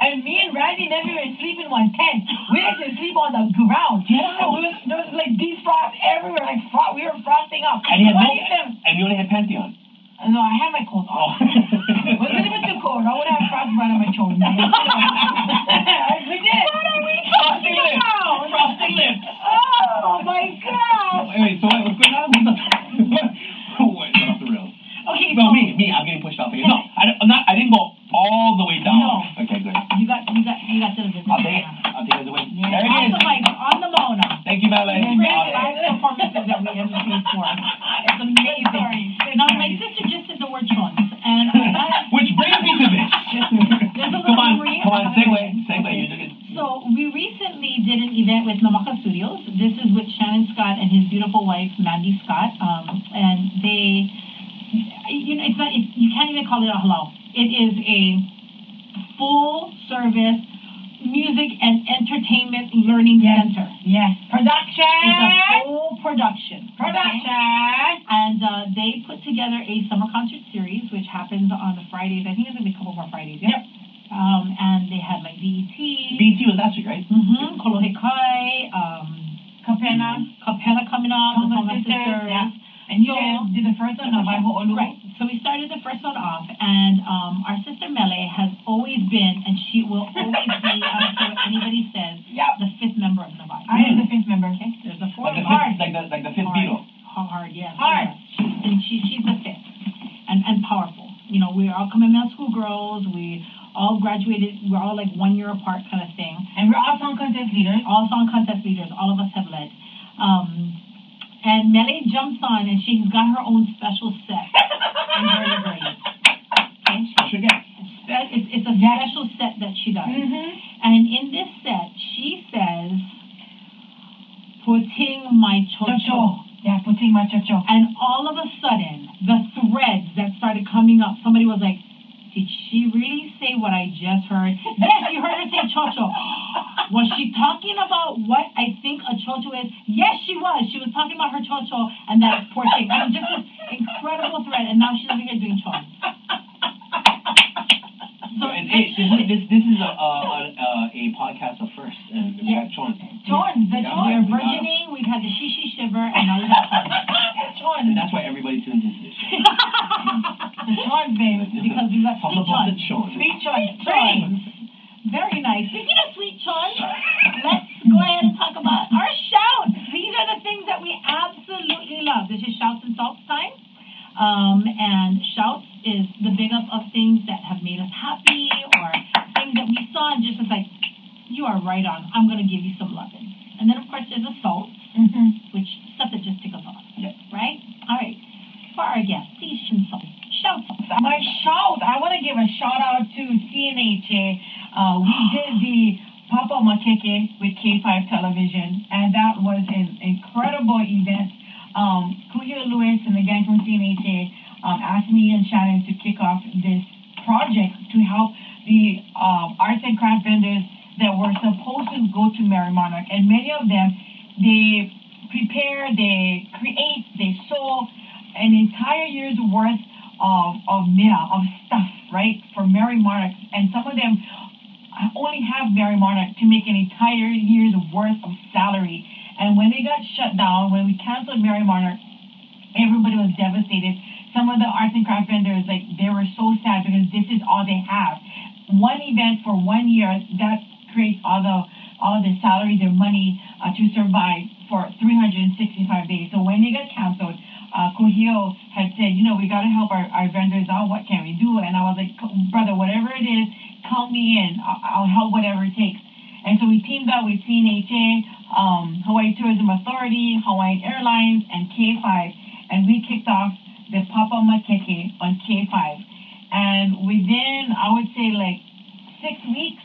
S5: and me and Randy never even sleep in 110. We had to sleep on the ground.
S4: Yeah.
S5: And we was, there was like defrost everywhere, like fro- we were frosting up.
S4: And you had no,
S5: 27.
S4: and you only had Pantheon.
S5: No, I had my coat
S4: Oh.
S5: on. It was a little bit too cold. I would have frostbite on my shoulder. we did. What are we
S4: Frosty lips. Frosty lips.
S5: Oh my god.
S4: Anyway, so what, what's going on? what, what off the rails?
S5: Okay,
S4: No,
S5: so
S4: me, me, I'm getting pushed off again. No, I, don't- I'm not. I didn't go all the way down.
S5: No.
S4: Okay, good.
S5: you got you got you got to the business.
S4: I'll take it. I'll take it away.
S5: Yeah.
S4: There it
S5: On
S4: is.
S5: the mic, on the Mona.
S4: Thank you, Bella.
S5: And great
S4: Awesome.
S5: live performances that we have seen for. It's amazing.
S6: Now my sister just did the word once, and I-
S4: Which brings me to this.
S6: there's a little
S4: come on,
S6: memory
S4: come on,
S6: of it.
S4: segue, segue. You did it.
S6: So we recently did an event with Namaka Studios. This is with Shannon Scott and his beautiful wife Mandy Scott, um, and they, you know, it's not, it's, you can't even call it a halal. It is a full service music and entertainment learning
S5: Yes.
S6: center.
S5: Yes.
S6: It's a
S5: Production.
S6: full production. okay?
S5: Production.
S6: And uh, they put together a summer concert series, which happens on the Fridays. I think it's gonna be a couple more Fridays. Yeah? Um, and they had like E BET,
S4: BT was last week, right?
S6: mm-hmm, Kolohekai, um,
S5: Kapena.
S6: Kapena coming up,
S5: Song of
S6: Song
S5: Mm-hmm.
S6: of
S5: Sisters,
S6: Sisters.
S5: yeah. And you
S6: So-
S5: did the first one of my whole
S6: Right. So we started the first one off, and um, our sister Mele has always been, and she will always be. I don't care what anybody says.
S5: Yep.
S6: The fifth member of Nevada.
S5: I am the fifth member.
S6: Okay. There's a fourth.
S4: Like the
S6: member.
S4: fifth, like the like the fifth
S6: hard.
S4: Beatle.
S6: Hard, yes.
S5: Hard.
S6: She's, and she, she's the fifth and, and powerful. You know, we're all coming out of school girls. We all graduated. We're all like one year apart kind of thing.
S5: And we're all song contest leaders.
S6: All song contest leaders. All of us have led. Um, and Mele jumps on and she's got her own special set. And very brave. Okay?
S4: I should guess.
S6: Spe- It's, it's a special set that she does.
S5: Mm-hmm.
S6: And in this set, she says, Putting my
S5: Chocho.
S6: chocho. Yeah, putting machacho.
S7: And all of a sudden, the threads that started coming up, somebody was like, Did she really say what I just heard? yes, you heard her say chocho. Was she talking about what I think a chocho is? Yes, she was. She was talking about her chocho and that poor thing. I mean, just this incredible thread, and now she's over here doing chocho. So,
S2: And hey, this is this, this is a a, a a podcast of first, and we got Chon.
S6: Chorn, the
S2: Yeah,
S7: we are
S6: chorn.
S2: yeah.
S7: virgining, we've had the shishi shiver, and now we have chocho.
S6: Chorn,
S2: And that's why everybody tunes into this. show.
S6: the chorn, babe.
S7: Because we got
S2: Talk
S7: sweet
S2: about the
S7: chocho.
S2: Chon.
S6: Sweet chorn, chorn.
S7: Brains. Very nice. Speaking of sweet chon, let's go ahead and talk about our shouts. These are the things that we absolutely love. This is shouts and salts time. Um, and shouts is the big up of things that have made us happy or things that we saw and just was like, you are right on. I'm going to give you some loving. And then, of course, there's a salt,
S6: Mhm.
S7: Mm-hmm. which stuff that just tickles off.
S6: Yeah.
S7: Right? All right. For our guests, please shout. Shout.
S6: My shout, I want to give a shout out to CNHA. Uh, we did the Papa Makeke with K5 Television, and that was an incredible event. Um, Kuhio Lewis and the gang from CNHA um, asked me and Shannon to kick off this project to help the um, arts and craft vendors that were supposed to go to Mary Monarch. And many of them, they prepare, they create, they sew an entire year's worth of, of meal, of stuff, right, for Mary Monarch. And some of them only have Mary Monarch to make an entire year's worth of salary. And when they got shut down, when we canceled Mary Monarch, everybody was devastated. Some of the arts and craft vendors, like, they were so sad because this is all they have. One event for one year, that creates all the all the salary, their money uh, to survive for 365 days. So when they got canceled, uh, Kuhio had said, you know, we got to help our, our vendors out. What can we do? And I was like, brother, whatever it is, count me in. I'll, I'll help whatever it takes. And so we teamed up with CNHA, um, Hawaii Tourism Authority, Hawaiian Airlines, and K5. And we kicked off the Papa Makeke on K5. And within, I would say, like six weeks,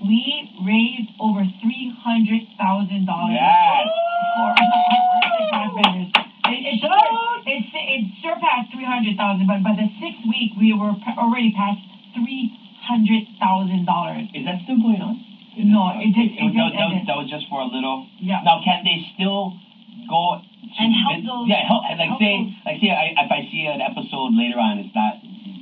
S6: we raised over $300,000
S2: Yes.
S6: for our vendors. It, it, sur- it, su- it surpassed 300,000, but by the sixth week, we were p- already past $300,000.
S2: Is that still going on? Is
S6: No,
S2: that-
S6: it did- it
S2: that- that,
S6: did
S2: was,
S6: end it.
S2: that was just for a little.
S6: Yeah.
S2: Now, can they still go to
S7: And help
S2: vis-
S7: those-
S2: Yeah, help. and Like
S7: help
S2: say,
S7: those-
S2: like say, I, if I see an episode later on, it's not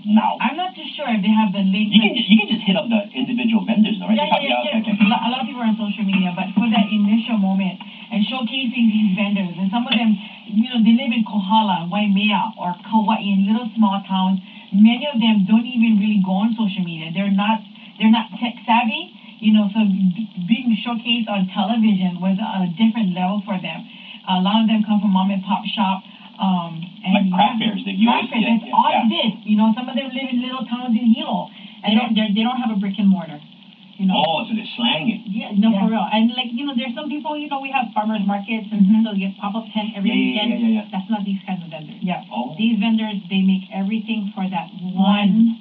S2: now.
S6: I'm not too sure if they have the link.
S2: you
S6: but-
S2: can just, you can just hit up the individual vendors, though, right?
S6: Yeah,
S2: They
S6: yeah,
S2: probably
S6: yeah,
S2: out
S6: yeah.
S2: there,
S6: A lot- a lot of people are on social media, but for that initial moment and showcasing these vendors, and some of them, you know, they live in Kohala, Waimea, or Kauai, in little small towns. Many of them don't even really go on social media. They're not they're not tech savvy, you know. So b- being showcased on television was a different level for them. A lot of them come from mom and pop shop. Um, and
S2: Like craft
S6: yeah.
S2: fairs, the
S6: Craft
S2: US,
S6: fairs,
S2: yeah,
S6: that's all
S2: yeah.
S6: it is. You know, some of them live in little towns in Hilo.
S7: They don't, they're- they don't have a brick and mortar. You know?
S2: Oh, so they're slanging.
S7: Yeah, no,
S6: Yeah.
S7: for real. And like you know, there's some people. You know, we have farmers markets, and
S6: Mhm.
S7: so you get pop up tent every
S2: Yeah, yeah,
S7: weekend.
S2: yeah, yeah, yeah.
S7: That's not these kinds of vendors.
S6: Yeah.
S2: Oh.
S7: These vendors, they make everything for that one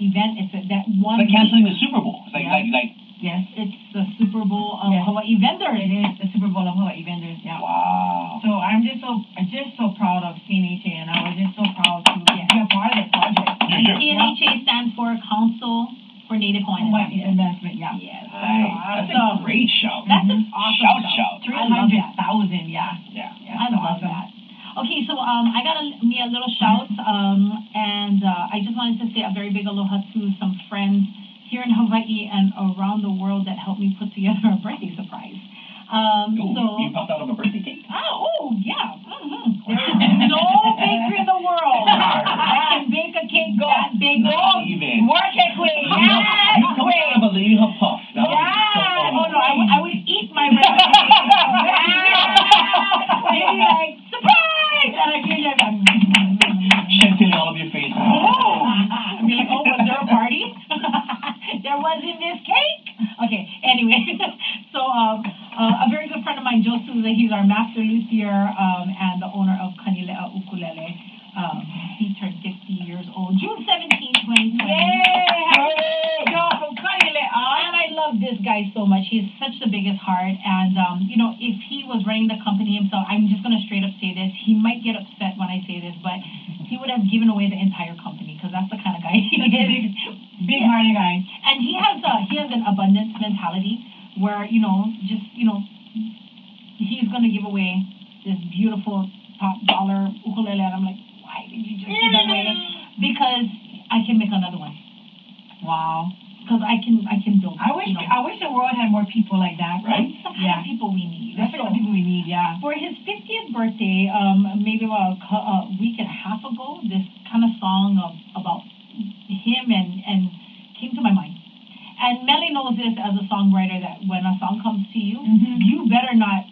S7: event. It's a, that one.
S2: It's like canceling the Super Bowl. It's like
S6: Yeah.
S2: like like
S6: Yes.
S7: It's the Super Bowl of
S6: Yeah.
S7: Hawaii vendors.
S6: It is the Super Bowl of Hawaii vendors, yeah.
S2: wow.
S6: So I'm just so I'm just so proud of CNHA, and I was just so proud to
S7: Yeah.
S6: be a part of the project.
S2: You're, you're,
S7: CNHA stands for Council for Native Hawaiian.
S6: Hawaii
S7: Americans.
S6: investment, yeah.
S7: Yes.
S2: Aye.
S7: That's
S2: That's
S7: awesome.
S2: a great shout.
S7: That's an awesome
S2: Mm-hmm. Shout,
S7: show.
S2: shout.
S6: Three
S7: I love
S6: hundred
S7: that.
S6: thousand, yeah.
S2: Yeah.
S6: yeah
S7: I love that. Okay, so um, I got a, me a little shout, um, and uh, I just wanted to say a very big aloha to some friends here in Hawaii and around the world that helped me put together a birthday surprise. Um,
S2: Ooh,
S7: so,
S2: you popped out of a birthday cake.
S7: ah, oh, yeah. mhm. There is no bakery in the world that can bake a cake that big.
S2: Not even.
S6: Work it, Queen.
S2: You
S6: Yes,
S2: come
S6: Queen.
S2: out of a Liliha puff. That was so
S6: Yeah.
S2: awesome.
S7: Oh, no, I, w- I would eat my birthday cake.
S6: Yeah.
S7: Maybe like, surprise! And I'd be like,
S2: Shifting all of your face.
S7: I'd be like, oh, was there a party? there wasn't this cake. Okay, anyway, so um, uh, a very good friend of mine, Joe Souza, he's our master luthier um, and the owner of Kanilea Ukulele. Um, he turned 50 years old, June 17, 2020.
S6: Yay. Y'all from Kailea.
S7: And I love this guy
S6: guy so much. He's such the biggest heart. And, um, you know, if he was running the company himself, I'm just going to straight up say this. He might get upset when I say this, but he would have given away the entire company because that's the kind of guy he is.
S1: Big hearted guy.
S6: And he has a, he has an abundance mentality where, you know, just, you know, he's going to give away this beautiful top dollar ukulele. And I'm like, why did you just give that away? Because I can make another one.
S1: Wow.
S6: Because I can, I can build.
S1: I wish
S6: you know.
S1: I wish the world had more people like that.
S6: Right? That's the
S1: Yeah.
S6: kind of people we need.
S1: That's
S6: So,
S1: the people we need. Yeah.
S6: for his 50th birthday, um, maybe about a, cou- a week and a half ago, this kind of song of, about him and, and came to my mind. And Melly knows this as a songwriter that when a song comes to you,
S1: Mhm.
S6: you better not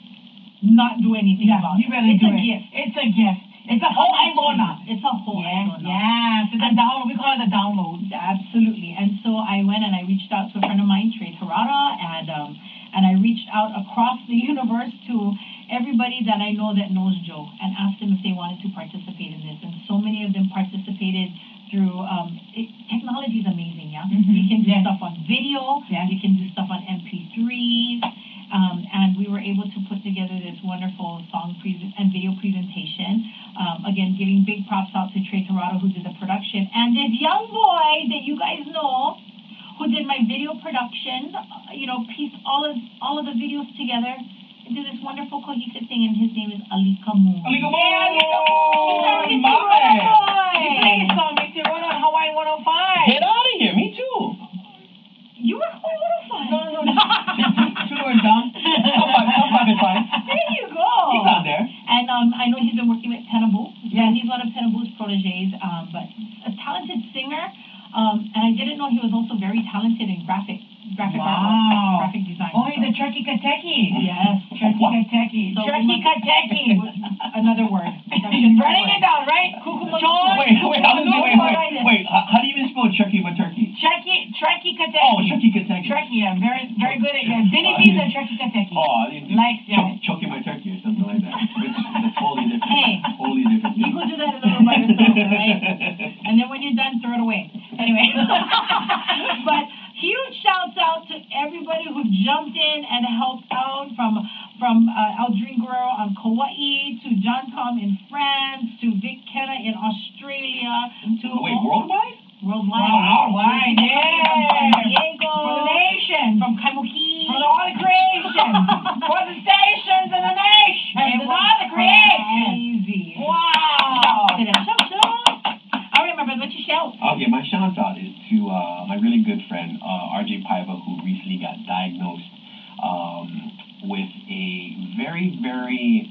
S6: not do anything
S1: Yeah,
S6: about
S1: you
S6: it.
S1: better
S6: it's
S1: do
S6: a
S1: it.
S6: gift.
S1: It's a gift. It's a whole Ibona.
S6: It's a whole
S1: Yeah,
S6: Ibona.
S1: yes. It's a download. We call it a download.
S6: Absolutely. And so I went and I reached out to a friend of mine, Trey Harada, and um, and I reached out across the universe to everybody that I know that knows Joe and asked them if they wanted to participate in this. And so many of them participated through um, it, technology is amazing, yeah.
S1: Mhm.
S6: You can do
S1: Yes.
S6: stuff on video,
S1: Yes.
S6: you can do stuff on MP3s. Um, and we were able to put together this wonderful song present and video presentation um, again, giving big props out to Trey Torado, who did the production, and this young boy that you guys know, who did my video production. uh, You know, pieced all of all of the videos together into this wonderful cohesive thing, and his name is Alika Moon.
S1: Aligo Mo!
S6: Aligo Mo!
S1: Love it!
S6: Boy!
S1: We played some. We did one on Hawaii 105.
S2: Get out of here. Me too.
S6: You were quite one
S1: No, no,
S6: of us.
S1: no. Two doors down.
S2: Come on, come on, it's fine.
S6: There you go.
S2: He's out there.
S6: And um, I know he's been working with Tenable.
S1: Yes.
S6: Yeah. He's one of Tenable's proteges, um, but a talented singer. Um, and I didn't know he was also very talented in graphic, graphic
S1: Wow.
S6: artwork, graphic design.
S1: Oh, he's
S6: So-
S1: a Turkey Kateki.
S6: yes,
S1: Turkey
S2: What?
S1: Kateki.
S6: So we
S1: Turkey
S6: must-
S1: Kateki.
S6: another word. That's
S1: Running
S6: another
S1: it
S6: word.
S1: down, right?
S6: Kukumanu.
S1: George.
S2: Wait, wait, I was
S1: Kukumanu
S2: wait, wait,
S1: Floridas.
S2: wait, wait. How, how do you even spell Chucky with turkey?
S1: Turkey, Turkey Kateki.
S2: Oh, Chucky Kentucky.
S1: Turkey, yeah, very, very good at yeah. Denny B's a Turkey Kateki.
S2: Oh, I didn't do
S1: Like, yeah.
S2: Chuck- Chucky with turkey or something like that. It's, it's totally different.
S6: Hey,
S2: totally different.
S6: You go do that in the room by yourself, all right? And then when you're done, throw it away. Anyway. but huge shouts out to everybody who jumped in and helped out from from uh, Aldrin Guerrero on Kauai to John Tom in France to Vic Kenna in Australia to
S2: Wait, worldwide?
S6: worldwide.
S1: Worldwide,
S6: From San
S1: yeah.
S6: Diego.
S1: For the nation.
S6: From Kaimuki.
S1: For the all the creation. For the stations and the nation.
S6: And
S1: For
S6: was
S1: all the creation.
S6: Crazy.
S1: Wow.
S6: Shout, shout, shout. I remember what you shout.
S2: Okay, my shout out is to uh, my really good friend, uh, RJ Paiva, who recently got diagnosed um, with a very, very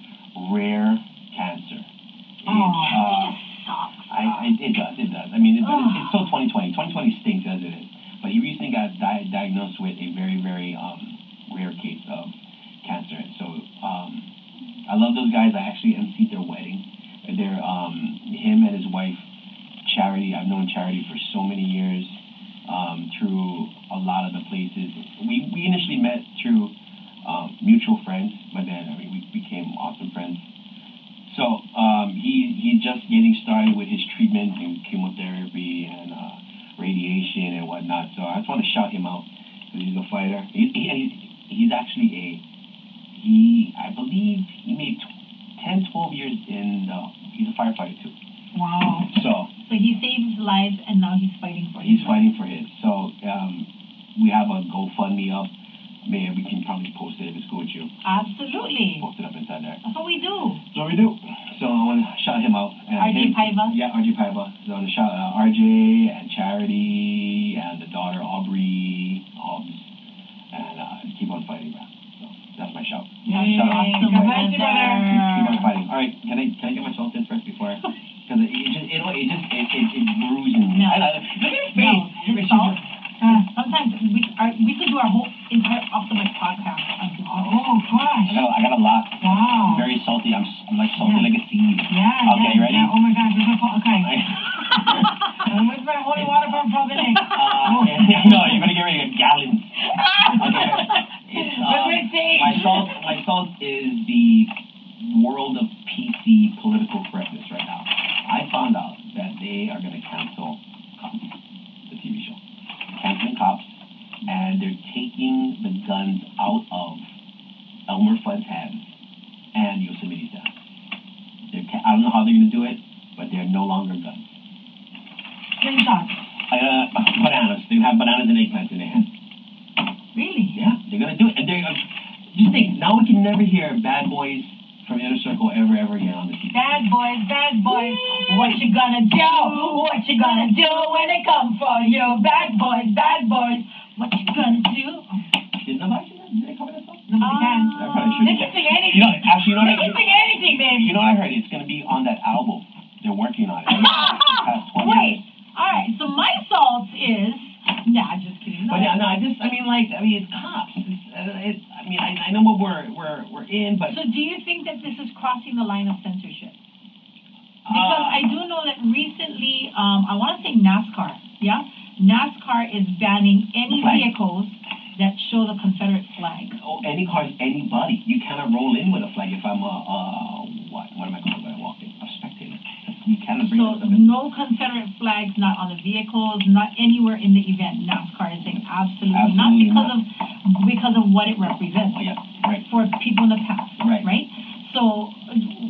S2: rare cancer. It's, uh,
S6: It just sucks.
S2: I, I, it does, it does. I mean, it, but it's, it's still 2020. 2020 stinks as it is. But he recently got di- diagnosed with a very, very um, rare case of cancer. And so um, I love those guys. I actually emceed their wedding. They're um, him and his wife, Charity. I've known Charity for so many years um, through a lot of the places. We, we initially met through um, mutual friends, but then I mean, we became awesome friends. So um, he he just getting started with his treatment and chemotherapy and uh, radiation and whatnot. So I just want to shout him out because he's a fighter. He, he, he's, he's actually a he. I believe he made tw- 10, 12 years in. Uh, he's a firefighter too.
S1: Wow.
S2: So
S6: So he saved lives and now he's fighting for
S2: he's
S6: his life.
S2: fighting for his. So um, we have a GoFundMe up. Man, we can probably post it if it's good with you.
S6: Absolutely.
S2: Post it up inside there.
S6: That's what we do.
S2: So we do. So I want to shout him out. And him-
S6: RJ Paiva.
S2: Yeah, RJ Paiva. So I want to shout out RJ and Charity and the daughter Aubrey Hobbs. And uh, keep on fighting, man. So that's my shout.
S6: That's
S2: shout out. Keep
S6: awesome,
S2: on
S1: you, brother.
S2: fighting. Keep on
S6: brother.
S2: fighting. All right, can I can I get my salt in first before? Because it, it just it, it just it it, it bruises me.
S6: No.
S2: I love it. uh, Look at your face.
S6: No,
S2: Your
S6: it's
S2: face
S6: salt.
S2: is-
S6: Uh, sometimes we are, we could do our whole entire off the mic podcast on people.
S1: Oh,
S2: I
S1: gosh.
S2: got, I got a lot.
S1: Wow.
S2: Very salty. I'm s- I'm like salty
S1: Yeah.
S2: like a seed.
S1: Yeah,
S2: Okay,
S1: yeah,
S2: ready?
S1: yeah. Oh, my gosh. This is fun. Okay. And where's my holy water from Providence?
S6: Oh.
S2: Uh, no, you're gonna get rid of your gallons. It's,
S1: What
S2: um,
S1: would it say?
S2: my salt, my salt is the world of PC political correctness right now. I found out that they are gonna cancel Cops, the TV show, canceling Cops, and they're taking the gun guns out of Elmer Fudd's hands and Yosemite's hands. They're ca- I don't know how they're going to do it, but they're no longer guns.
S6: Drink shots.
S2: Uh, bananas. They have bananas and eggplants in their hands.
S6: Really?
S2: Yeah, they're gonna do it. And they're gonna, just think, now we can never hear Bad Boys from Inner Circle ever, ever again on the TV.
S8: Bad boys, bad boys, what you gonna do? What you gonna do when they come for you? Bad boys, bad boys, what you gonna do?
S2: Did nobody see that? Did they cover that song?
S8: No,
S6: Uh,
S8: they can't.
S2: I probably should.
S8: They can sing anything.
S2: You know, actually, you know
S8: They
S2: what I
S8: can sing anything, baby.
S2: You know what I heard? It's gonna be on that album. They're working on it. Past 20
S6: Wait.
S2: years.
S6: All right. So my salt is. Nah, just kidding.
S2: But yeah, no, I just, I mean, like, I mean, it's cops. It's, uh, it's I mean, I, I know what we're, we're, we're in, but uh,
S6: So do you think that this is crossing the line of censorship? Because
S2: uh,
S6: I do know that recently, um, I want to say NASCAR. Yeah, NASCAR is banning any
S2: Flag.
S6: vehicles that show the Confederate flag.
S2: oh, any car's anybody. You cannot roll in with a flag if I'm a, uh, what, what am I called when I walk in? A spectator. You cannot bring
S6: So
S2: those up in.
S6: no Confederate flags, not on the vehicles, not anywhere in the event. NASCAR is saying absolutely, not
S2: Absolutely
S6: because
S2: not.
S6: of because of what it represents
S2: Oh, yeah, right.
S6: for people in the past,
S2: Right.
S6: So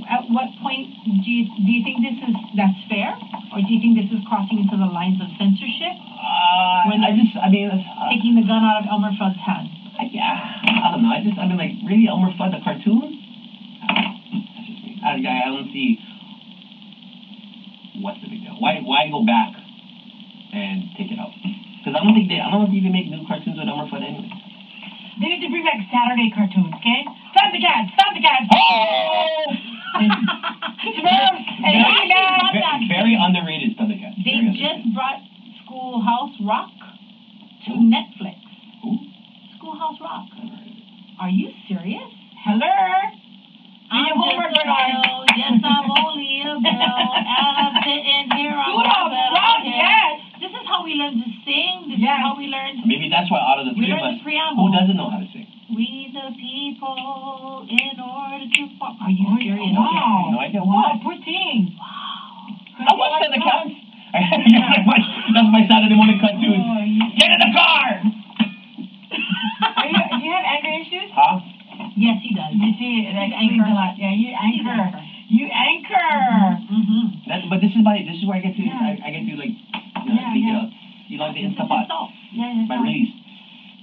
S6: at what point do you do you think this is that's fair, or do you think this is crossing into the lines of censorship,
S2: Uh,
S6: When
S2: I
S6: they're-
S2: just, I mean, uh,
S6: taking the gun out of Elmer Fudd's hand?
S2: I- yeah, I don't know. I just, I mean, like, really, Elmer Fudd, the cartoon? That's just me. I, I I don't see what's the big deal. Why, why go back and take it out? Because I don't think they, I don't think they make new cartoons with Elmer Fudd anyway.
S8: They need to bring back Saturday cartoons, okay? Stop the cat, stop the cat. Smurfs and
S2: Very-
S8: He-Man.
S2: Ve- very underrated Thundercats.
S6: They
S2: Very
S6: just
S2: underrated.
S6: brought Schoolhouse Rock to Netflix.
S2: Who?
S6: Schoolhouse Rock. Are you serious?
S8: Hello.
S6: I'm
S8: your homework,
S6: just a
S8: Bernard.
S6: girl. Yes, I'm only a girl. And I'm sitting here on
S8: Good
S6: my
S8: old rock,
S6: bed.
S8: yes.
S6: This is how we learn to sing. This
S8: Yes.
S6: is how we learn.
S2: Maybe that's why out of the
S6: We
S2: three of
S6: learned
S2: us, who
S6: the preamble.
S2: doesn't know how to sing?
S6: we the people in order to. Fo- Are you
S8: Oh,
S6: serious?
S8: yeah. Wow.
S2: No idea
S8: Wow,
S2: why.
S8: poor thing.
S2: I watch Thundercats. That's my Saturday morning cartoon.
S8: Oh, you-
S2: Get in the car!
S8: Are you, do you have anger issues?
S2: Huh?
S6: Yes, he does.
S8: You see, that explains a lot. Yeah, you anchor. You anchor.
S6: Mm-hmm.
S2: That, but this is my this is where I get to
S8: Yeah.
S2: I, I get to like you know,
S8: Yeah,
S2: think,
S8: yeah.
S2: uh, you know the Instapot
S8: Yeah, yeah.
S2: my release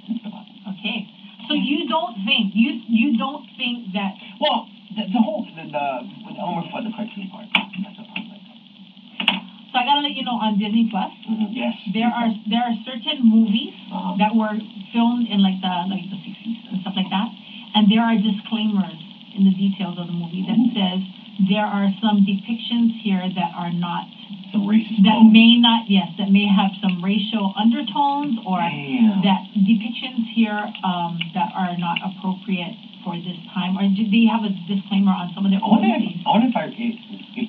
S2: Instapot.
S6: Okay. So you don't think you you don't think that
S2: Well, the, the whole the, the with Elmer Fudd the cartoon part that's a problem.
S6: So I gotta let you know on Disney Plus,
S2: Mhm. Yes,
S6: Mm-hmm. there are there are certain movies uh,
S2: Uh-huh.
S6: that were filmed in like the like the sixties and stuff like that, and there are disclaimers in the details of the movie that says there are some depictions here that are not
S2: some racist
S6: that
S2: code.
S6: may not yes that may have some racial undertones or
S2: Damn.
S6: that depictions here um, that are not appropriate for this time or do they have a disclaimer on some of their
S2: I
S6: own
S2: wonder if
S6: movies?
S2: I wonder if, I, if,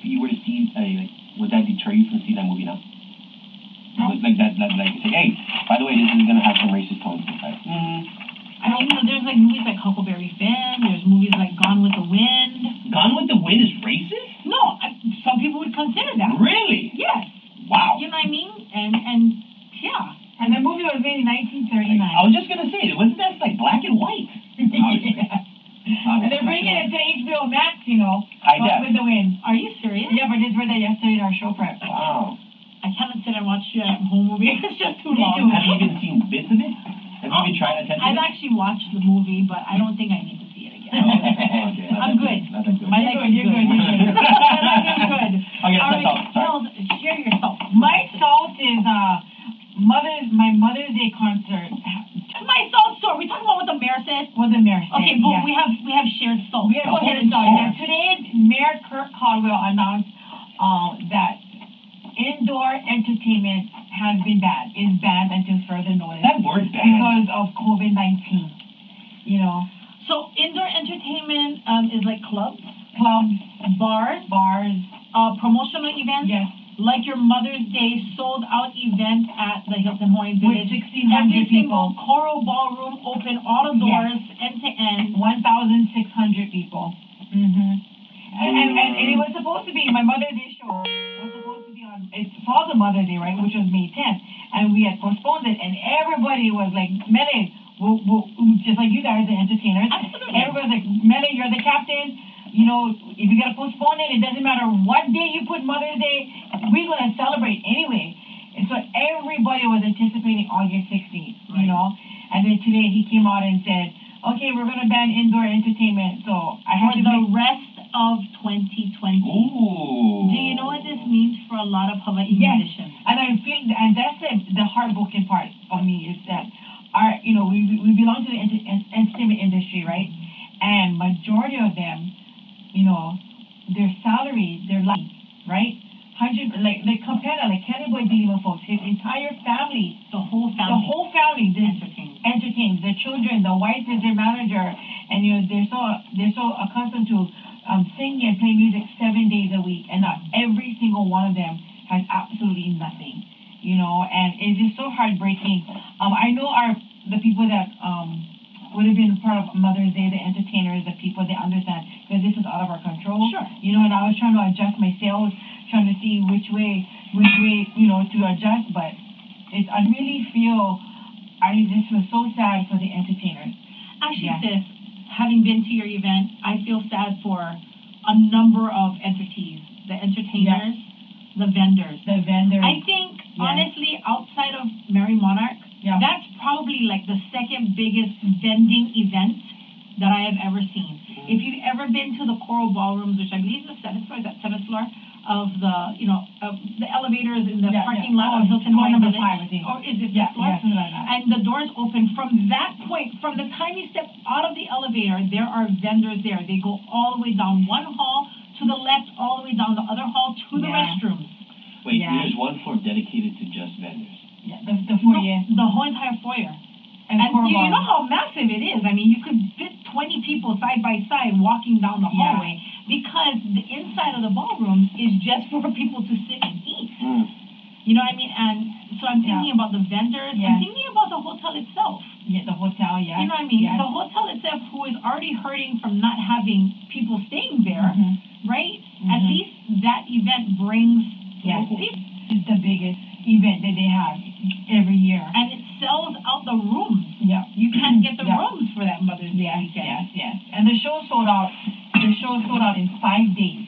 S2: if you were to see uh, like would that deter you from seeing that movie now? Like, like that, that like say hey by the way this is gonna have some racist tones. It's Like,
S6: Mm-hmm.
S2: mm,
S6: I mean, you know, there's like movies like Huckleberry Finn. There's movies like Gone with the Wind.
S2: Gone with the Wind is racist?
S6: No, I, some people would consider that.
S2: Really?
S6: Yes,
S2: Wow.
S6: you know what I mean. And and yeah, Oh,
S8: And the movie was made in
S2: Like,
S8: 1939.
S2: I was just gonna say, wasn't that like black and white? Obviously.
S8: And they're bringing it to HBO Max, you know.
S2: I
S8: Gone
S2: guess.
S8: with the wind.
S6: are you serious?
S8: Yeah, but I just read that yesterday in our show prep.
S2: Wow.
S6: I cannot sit and watch uh, home movies. It's just too
S8: Me
S6: long.
S8: too.
S2: Have you even seen bits of it? Have you
S6: Oh,
S2: even tried attempting
S6: I've
S2: it?
S6: actually watched the movie, but I don't think I need to see it
S2: No, okay.
S6: again.
S2: Oh, okay. Not that
S6: I'm good.
S2: Not that good.
S6: My life is
S8: You're good, you're good, you're
S6: good. My life is good.
S2: Okay,
S6: All
S2: that's
S6: right,
S2: all. Sorry.
S6: no, share yourself.
S8: My salt is uh, mother's my Mother's Day concert
S6: my salt store. We talking about what the mayor said.
S8: was in Mayor.
S6: Okay,
S8: but
S6: boom. We have we have shared salt.
S8: we have
S6: Go
S8: to get
S6: ahead
S8: it
S6: and start.
S8: done. And today, Mayor Kirk Caldwell announced
S6: uh,
S8: um, that indoor entertainment has been banned, is banned until further notice
S2: That word bad.
S8: because of COVID nineteen. You know,
S6: So indoor entertainment um, is like clubs,
S8: clubs,
S6: bars,
S8: bars.
S6: uh, promotional events,
S8: Yes,
S6: like your Mother's Day sold out event at the Hilton Hawaiian
S8: with
S6: Village.
S8: sixteen
S6: Every
S8: hundred people.
S6: single choral ballroom open, all the doors, end to end.
S8: 1,600 people. Mm-hmm. And, and, and, and it was supposed to be, my Mother's Day show was supposed to be on, it falls on Mother's Day, right, which was May 10th. And we had postponed it, and everybody was like, Mele,
S6: we'll, we'll, just like you guys are entertainers.
S9: Absolutely.
S6: Everybody's like, Mele, you're the captain. You know, if you gotta postpone it, it doesn't matter what day you put Mother's Day, we're gonna celebrate anyway. And so everybody was anticipating August 16th, you know. And then today he came out and said, okay, we're gonna ban indoor entertainment. So I
S9: for
S6: had to
S9: the
S6: make,
S9: rest of 2020.
S2: Ooh.
S9: Do you know what this means for a lot of Hawaiian
S6: Yes.
S9: musicians?
S6: and I feel, and that's the, the heartbroken part of me is that our, you know, we, we belong to the enter, en- entertainment industry, right? And majority of them, you know, their salary, their life, right? Hundred, like, like Campana, like Kenny Boy Dima folks, his entire family,
S9: The whole
S6: the
S9: family.
S6: whole family, this,
S9: entertainment.
S6: entertains the children, the wife is their manager, and you know they're so they're so accustomed to um, singing and playing music seven days a week, and not every single one of them has absolutely nothing, you know, and it's just so heartbreaking. Um, I know our the people that um would have been part of Mother's Day, the entertainers, the people they understand because this is out of our control,
S9: Sure.
S6: you know, and I was trying to adjust my sales, trying to see which way which way you know to adjust, but it's I really feel I just was so sad for the entertainers.
S9: Actually,
S6: Yeah.
S9: sis, having been to your event, I feel sad for a number of entities the entertainers, the vendors.
S6: The vendors.
S9: I think,
S6: Yeah.
S9: honestly, outside of Mary Monarch,
S6: yeah.
S9: that's probably like the second biggest vending event that I have ever seen.
S6: Mm-hmm.
S9: If you've ever been to the Coral Ballrooms, which I believe is the seventh floor, is that seventh floor of the, you know, of the elevators in the
S6: Yeah,
S9: parking
S6: yeah.
S9: lot
S6: Oh,
S9: of Hilton
S6: floor
S9: Hawaiian
S6: number
S9: Village.
S6: five, I think.
S9: Or is it
S6: yeah,
S9: that floor?
S6: yeah, something like that.
S9: and the doors open. From that point, from the time you step out of the elevator, there are vendors there. They go all the way down one hall to the left, all the way down the other hall to the
S6: Yeah.
S9: restrooms.
S2: Wait,
S6: Yeah.
S2: there's one floor dedicated to just vendors.
S6: yeah, the, the foyer
S9: The whole entire foyer.
S6: and,
S9: And
S6: Coral
S9: you, you
S6: Ballroom.
S9: know how massive it is. I mean, you could fit 20 people side by side walking down the
S6: Yeah.
S9: hallway because the inside of the ballrooms is just for people to sit and eat. You know what I mean? And so I'm thinking about the vendors.
S6: Yeah.
S9: I'm thinking about the hotel itself.
S6: yeah, the hotel. Yeah.
S9: You know what I mean?
S6: Yeah.
S9: The hotel itself, who is already hurting from not having people staying there,
S6: Mhm.
S9: right? At
S6: Mhm.
S9: least that event brings
S6: Yeah.
S9: people.
S6: It's the biggest event that they have every year.
S9: And it sells out the rooms.
S6: Yeah.
S9: You can't get the
S6: Yeah.
S9: rooms for that Mother's Day
S6: Yes,
S9: weekend.
S6: yes, yes. And the show sold out. The show sold out in five days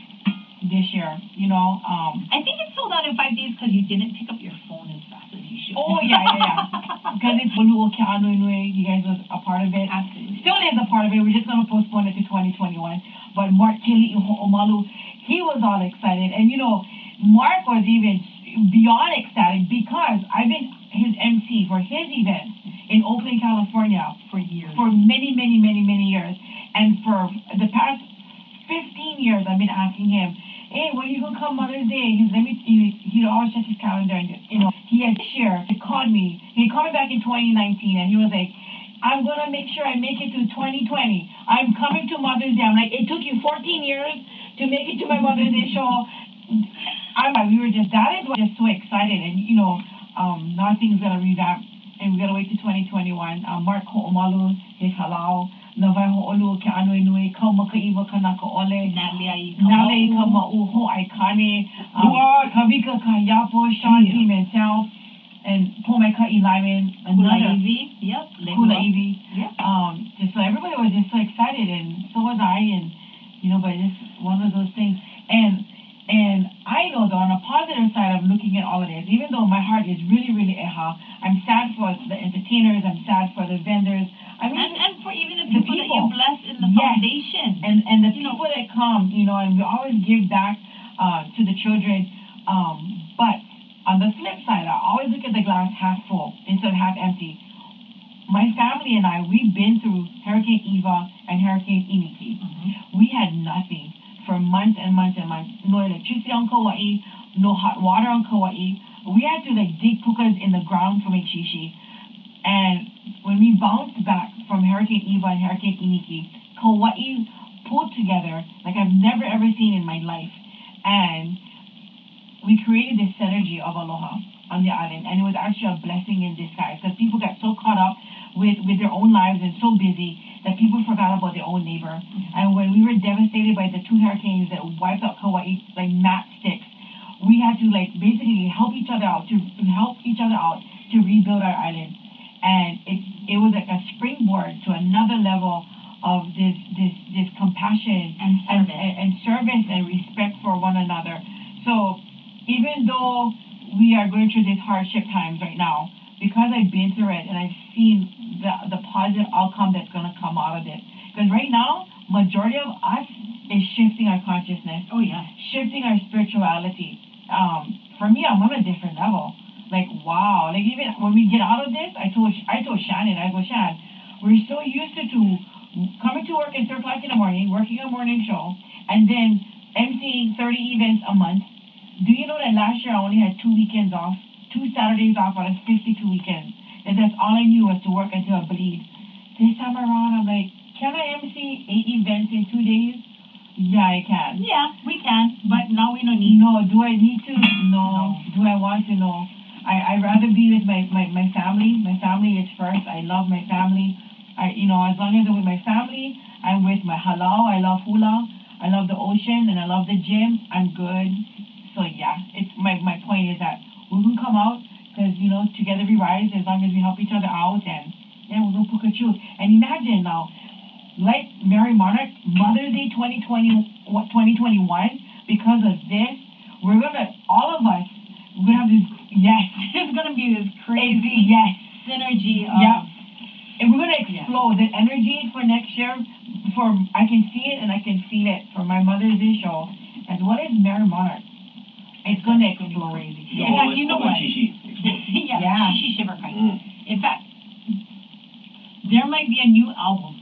S6: this year. You know. Um.
S9: I think it sold out in five days because you didn't pick up your phone as fast as you should.
S6: Oh yeah, yeah, yeah. Because it's Oluwo Keanu Inouye. You guys was a part of it.
S9: Absolutely.
S6: still is a part of it. We're just going to postpone it to 2021. But Mark Kelly Omalu, he was all excited. And, you know, Mark was even beyond ecstatic because I've been his MC for his event in Oakland, California
S9: For years.
S6: for many, many, many, many years. And for the past 15 years, I've been asking him, hey, when you gonna come Mother's Day? He's, let me, he, he'd always check his calendar. And, you know, he had this year, he called me. He called me back in 2019, and he was like, I'm gonna make sure I make it to 2020. I'm coming to Mother's Day. I'm like, it took you 14 years to make it to my Mother's Day show. I'm like, we were just, that is why I'm just so excited. And, you know, um, now things gonna revamp and we gotta wait to 2021. Um, Mark Ho'omalu, He Halau, Navai Ho'olu, Ke Anu Inui, Kau Makaiwa Kanaka Ole,
S9: Natalie Ayi.
S6: Nale Ka Ma'uho Aikane, um, Kavika Ka Yapo, Sean
S9: Yeah.
S6: Team Himself, and Pomai Ka Ilaimin, another
S9: Kulaivi. Yep.
S6: Kula
S9: Lehua.
S6: Ibi.
S9: Yeah.
S6: Um, just so everybody was just so excited, and so was I, and you know, but it's one of those things. And and I know that on a positive side of looking at all of this, even though my heart is really, really eha, I'm sad for the entertainers, I'm sad for the vendors. I mean,
S9: And, and for even the
S6: The
S9: people, that you
S6: people.
S9: bless in the
S6: Yes.
S9: foundation.
S6: and and the
S9: You know-
S6: people that come, you know, and we always give back uh, to the children. Um, but on the flip side, I always look at the glass half full instead of half empty. My family and I, we've been through Hurricane Eva and Hurricane Iniki. We had nothing for months and months and months. No electricity on Kauai, no hot water on Kauai. We had to like dig pukas in the ground for make shishi. And when we bounced back from Hurricane Eva and Hurricane Iniki, Kauai pulled together like I've never ever seen in my life. And we created this synergy of aloha on the island. And it was actually a blessing in disguise because people got so caught up with, with their own lives and so busy that people forgot about their own neighbor. And when we were devastated by the two hurricanes that wiped out Kauai like matchsticks, we had to like basically help each other out to to help each other out to rebuild our island. and it it was like a springboard to another level of this this this compassion
S1: And
S6: and,
S1: service.
S6: and, and service and respect for one another. So even though we are going through these hardship times right now, because I've been through it and I've seen the the positive outcome that's gonna come out of it. Because right now, majority of us is shifting our consciousness
S1: Oh yeah.
S6: shifting our spirituality. Um, for me, I'm on a different level. Like wow, like even when we get out of this, I told I told Shannon, I go Shan, we're so used to, to coming to work at three o'clock in the morning, working a morning show, and then emceeing thirty events a month. Do you know that last year I only had two weekends off, two Saturdays off out of fifty-two weekends, and that's all I knew was to work until I bleed. This time around, I'm like, can I MC eight events in two days? Yeah, I can.
S1: Yeah, we can, but now we don't need.
S6: No, do I need to? No. Do I want to? No. I I rather be with my, my my family. My family is first. I love my family. I you know as long as I'm with my family, I'm with my halal. I love hula. I love the ocean and I love the gym. I'm good. So yeah, it's my my point is that we can come out because you know together we rise as long as we help each other out and yeah we're gonna Pukachu. And imagine now like Mary Monarch, Mother's Day 2020, what, 2021, because of this, we're gonna, all of us, we're gonna have this, yes,
S1: It's gonna be this
S6: crazy,
S1: crazy
S6: yes,
S1: synergy of
S6: yeah, and we're gonna explode the energy for next year. For I can see it and I can feel it for my Mother's Day show, as well as Mary Monarch. It's gonna explode.
S1: crazy.
S6: Yeah.
S1: In fact, you know what?
S2: Shishi.
S1: yeah,
S6: Yeah.
S1: She, she shiver kind.
S2: Mm.
S1: In fact, there might be a new album.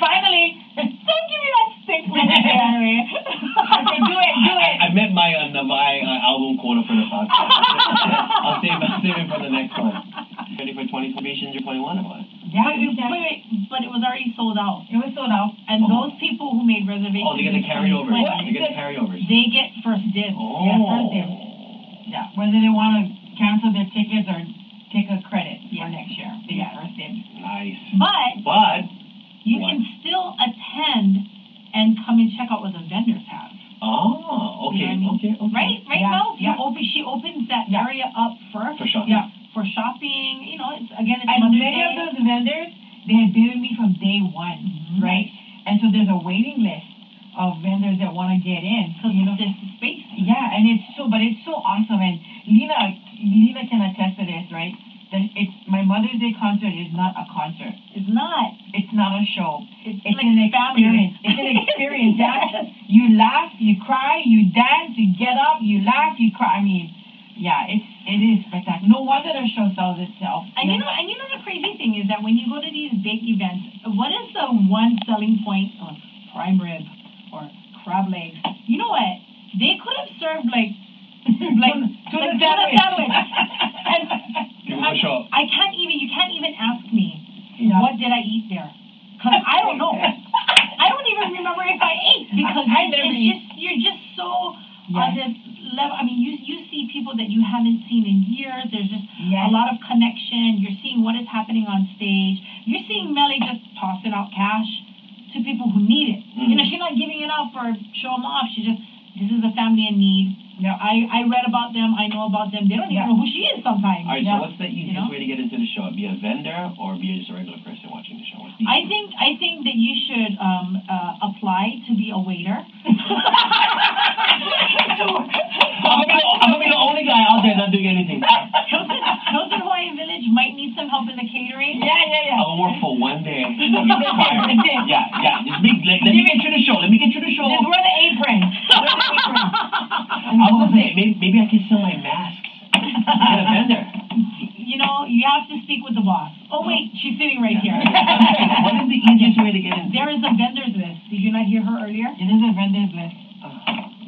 S6: Finally,
S1: Don't give me that stick look anyway.
S6: okay, do it, do it.
S2: I, I met my uh, Navai uh, album quota for the podcast. I'll save, I'll save it for the next one. Ready for 20 formations or 21 of us?
S6: Yeah,
S1: But, it-
S6: yeah.
S1: wait, wait, but it was already sold out.
S6: It was sold out.
S1: And
S2: Oh.
S1: those people who made reservations.
S2: Oh, they get the carryover.
S1: in
S2: They
S1: 2020,
S2: get the carryovers.
S1: They get first dibs.
S2: Oh.
S6: Yeah, first dibs. Yeah, whether they want to cancel their tickets or take a credit
S1: Yeah.
S6: for next year. They
S1: Yeah.
S6: got first dibs.
S2: Nice.
S1: But
S2: But,
S1: you can still attend and come and check out what the vendors have.
S2: oh,
S1: You
S2: okay,
S1: know what I
S2: okay, okay.
S1: Right? Right,
S6: Yeah,
S1: Mel? You
S6: yeah.
S1: open, she opens that
S6: Yeah.
S1: area up first.
S2: For shopping.
S6: Yeah.
S1: For shopping, you know, it's again, it's
S6: And
S1: Mother's
S6: many of
S1: Day.
S6: those vendors, they have been with me from day one,
S1: Mhm.
S6: right? And so there's a waiting list of vendors that want to get in.
S1: Because
S6: you know?
S1: there's the space.
S6: Yeah, and it's so, but it's so awesome. And Lena, Lena can attest to this, right? That it's my Mother's Day concert is not a concert.
S1: It's not.
S6: It's not a show.
S1: It's,
S6: It's
S1: like
S6: an
S1: family.
S6: experience. It's an experience. yeah. You laugh, you cry, you dance, you get up, you laugh, you cry. I mean, yeah, it's it is spectacular. No wonder the show sells itself.
S1: And you know, and you know the crazy thing is that when you go to these big events, what is the one selling point of prime rib or crab legs? You know what? They could have served like like
S6: to
S1: like
S6: the
S1: tuna
S6: sandwich.
S1: sandwich. and
S2: People
S1: I,
S2: will show up.
S1: I can't even. You can't even ask me
S6: Yeah.
S1: what did I eat there because I don't know. I don't even remember if I ate because
S6: I
S1: it's,
S6: never
S1: it's
S6: eat.
S1: just you're just so on
S6: Yeah.
S1: this level. I mean, you you see people that you haven't seen in years. There's just
S6: Yes.
S1: a lot of connection. You're seeing what is happening on stage. You're seeing Melly just tossing out cash to people who need it. You
S6: Mm-hmm.
S1: know,
S2: Mhm.
S1: she's not giving it up or show them off. She just this is a family in need.
S6: Yeah.
S1: I I read about them. I know about them. They don't even
S6: Yeah.
S1: know who she is sometimes.
S2: All right,
S6: Yeah.
S2: so what's the easiest
S1: know?
S2: way to get into the show? Be a vendor or be just a regular person watching the show? What's the
S1: I think I think that you should um, uh, apply to be a waiter.
S2: I'm gonna, be- I'm gonna be the only guy out there not doing anything. I
S1: Hilton, Hilton Hawaiian Village might need some help in the catering.
S6: Yeah, yeah, yeah.
S2: will work for one day. Get fired. Yeah, yeah. Just be, let, let me get through the show. Let me get through the show.
S6: Just wear the apron. Wear the apron.
S2: I was gonna say maybe, maybe I can sell my masks. Get a vendor.
S1: You know, you have to speak with the boss. Oh wait, she's sitting right here.
S2: what is the easiest way to get in?
S1: There is a vendors list. Did you not hear her earlier?
S6: It is a vendor's list.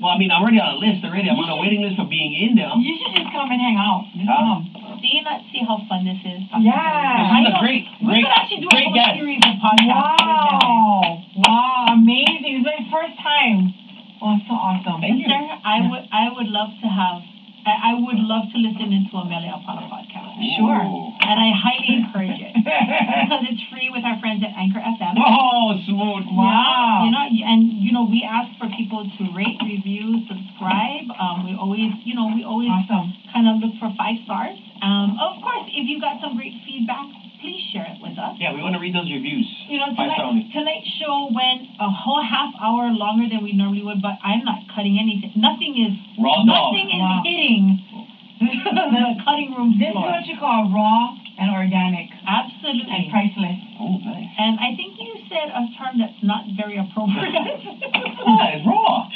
S2: Well, I mean, I'm already on a list already. I'm on a waiting list for being in there.
S6: You should just come and hang out. Just
S2: Huh?
S6: come.
S1: Do you not see how fun this is?
S6: Yeah.
S2: This
S1: I
S2: is a
S1: know.
S2: great,
S1: We
S2: great,
S1: could actually do a
S2: great
S1: whole
S2: guest.
S1: series of podcasts.
S6: Wow. Wow. Amazing. It's my first time. Oh, it's so awesome.
S1: Sister, I would I would love to have I, I would love to listen into Amelia upon a podcast.
S6: Sure.
S2: Ooh.
S6: and I highly encourage it because it's free with our friends at Anchor FM.
S4: Oh, smooth.
S6: Yeah,
S4: Wow.
S6: you know, y- and you know, we ask for people to rate, review, subscribe. Um, we always, you know, we always
S5: Awesome.
S6: kind of look for five stars. Um, of course, if you got some great feedback, please share it with us.
S4: Yeah, we want to read those reviews.
S6: You know,
S4: Five star
S6: tonight,
S4: only.
S6: tonight's show went a whole half hour longer than we normally would, but I'm not cutting anything. Nothing is
S4: Raw dog.
S6: nothing is
S5: Wow.
S6: hitting the cutting room
S5: This is
S6: floor.
S5: what you call raw and organic
S6: Absolutely.
S5: and priceless.
S4: Oh, nice.
S6: And I think you said a term that's not very appropriate.
S4: Ah, it's raw.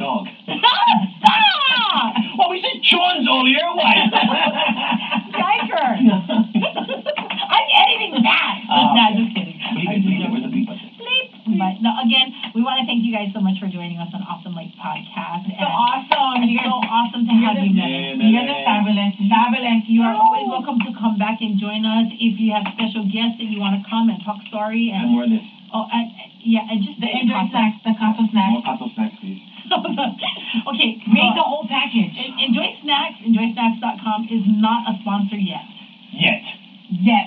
S4: Dog.
S6: Stop!
S4: Well, we said John's earlier. Why?
S6: Diaper! I'm editing that.
S4: Oh,
S6: no,
S4: okay.
S6: just kidding.
S4: Leave it,
S6: I'm just
S4: leave it
S6: joking.
S4: with the people.
S6: Bleep. But no, again, we want to thank you guys so much for joining us on Off the Mic podcast.
S5: So awesome.
S6: It's
S5: You're,
S6: so awesome to have you, Melanie.
S4: Yeah,
S5: you're the
S4: man.
S5: fabulous, fabulous.
S6: You are always welcome to come back and join us if you have special guests that you want to come and talk story
S4: And
S6: and
S4: more of this.
S6: oh and, yeah and just
S5: The
S6: any
S5: indoor
S6: topic.
S5: snacks, the
S4: More
S5: castle snacks.
S4: taco snacks, please.
S6: okay,
S5: Make the
S6: uh,
S5: whole package.
S6: en- enjoy snacks. Enjoysnacks.com is not a sponsor yet.
S4: Yet.
S5: Yes.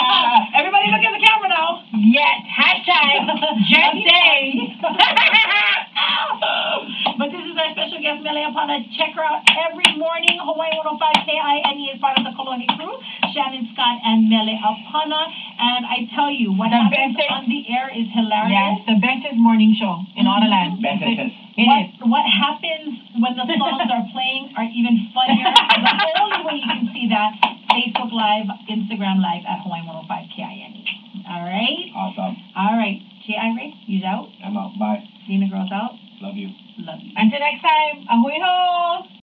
S6: Everybody, look at the camera now.
S5: Yes. Hashtag just say.
S6: But this is our special guest, Mele Apana. Check her out every morning, Hawaii 105 KINE is part of the Koloni crew. Shannon Scott and Mele Apana. And I tell you, what
S5: The
S6: happens
S5: best-
S6: on the air is hilarious. Mm-hmm.
S5: Yes, the bestest morning show in all the land.
S4: Best it is.
S5: It
S6: what,
S5: is.
S6: what happens when the songs are playing are even funnier. the only way you can see that, Facebook Live, Instagram Live at oh Hawaii 105 KINE. E. All right?
S4: Awesome.
S6: All right. J.I. Ray, you's E, out.
S4: I'm out. Bye.
S6: Dina Girl's out.
S4: Love you.
S6: Love you.
S5: Until next time, ahoy ho!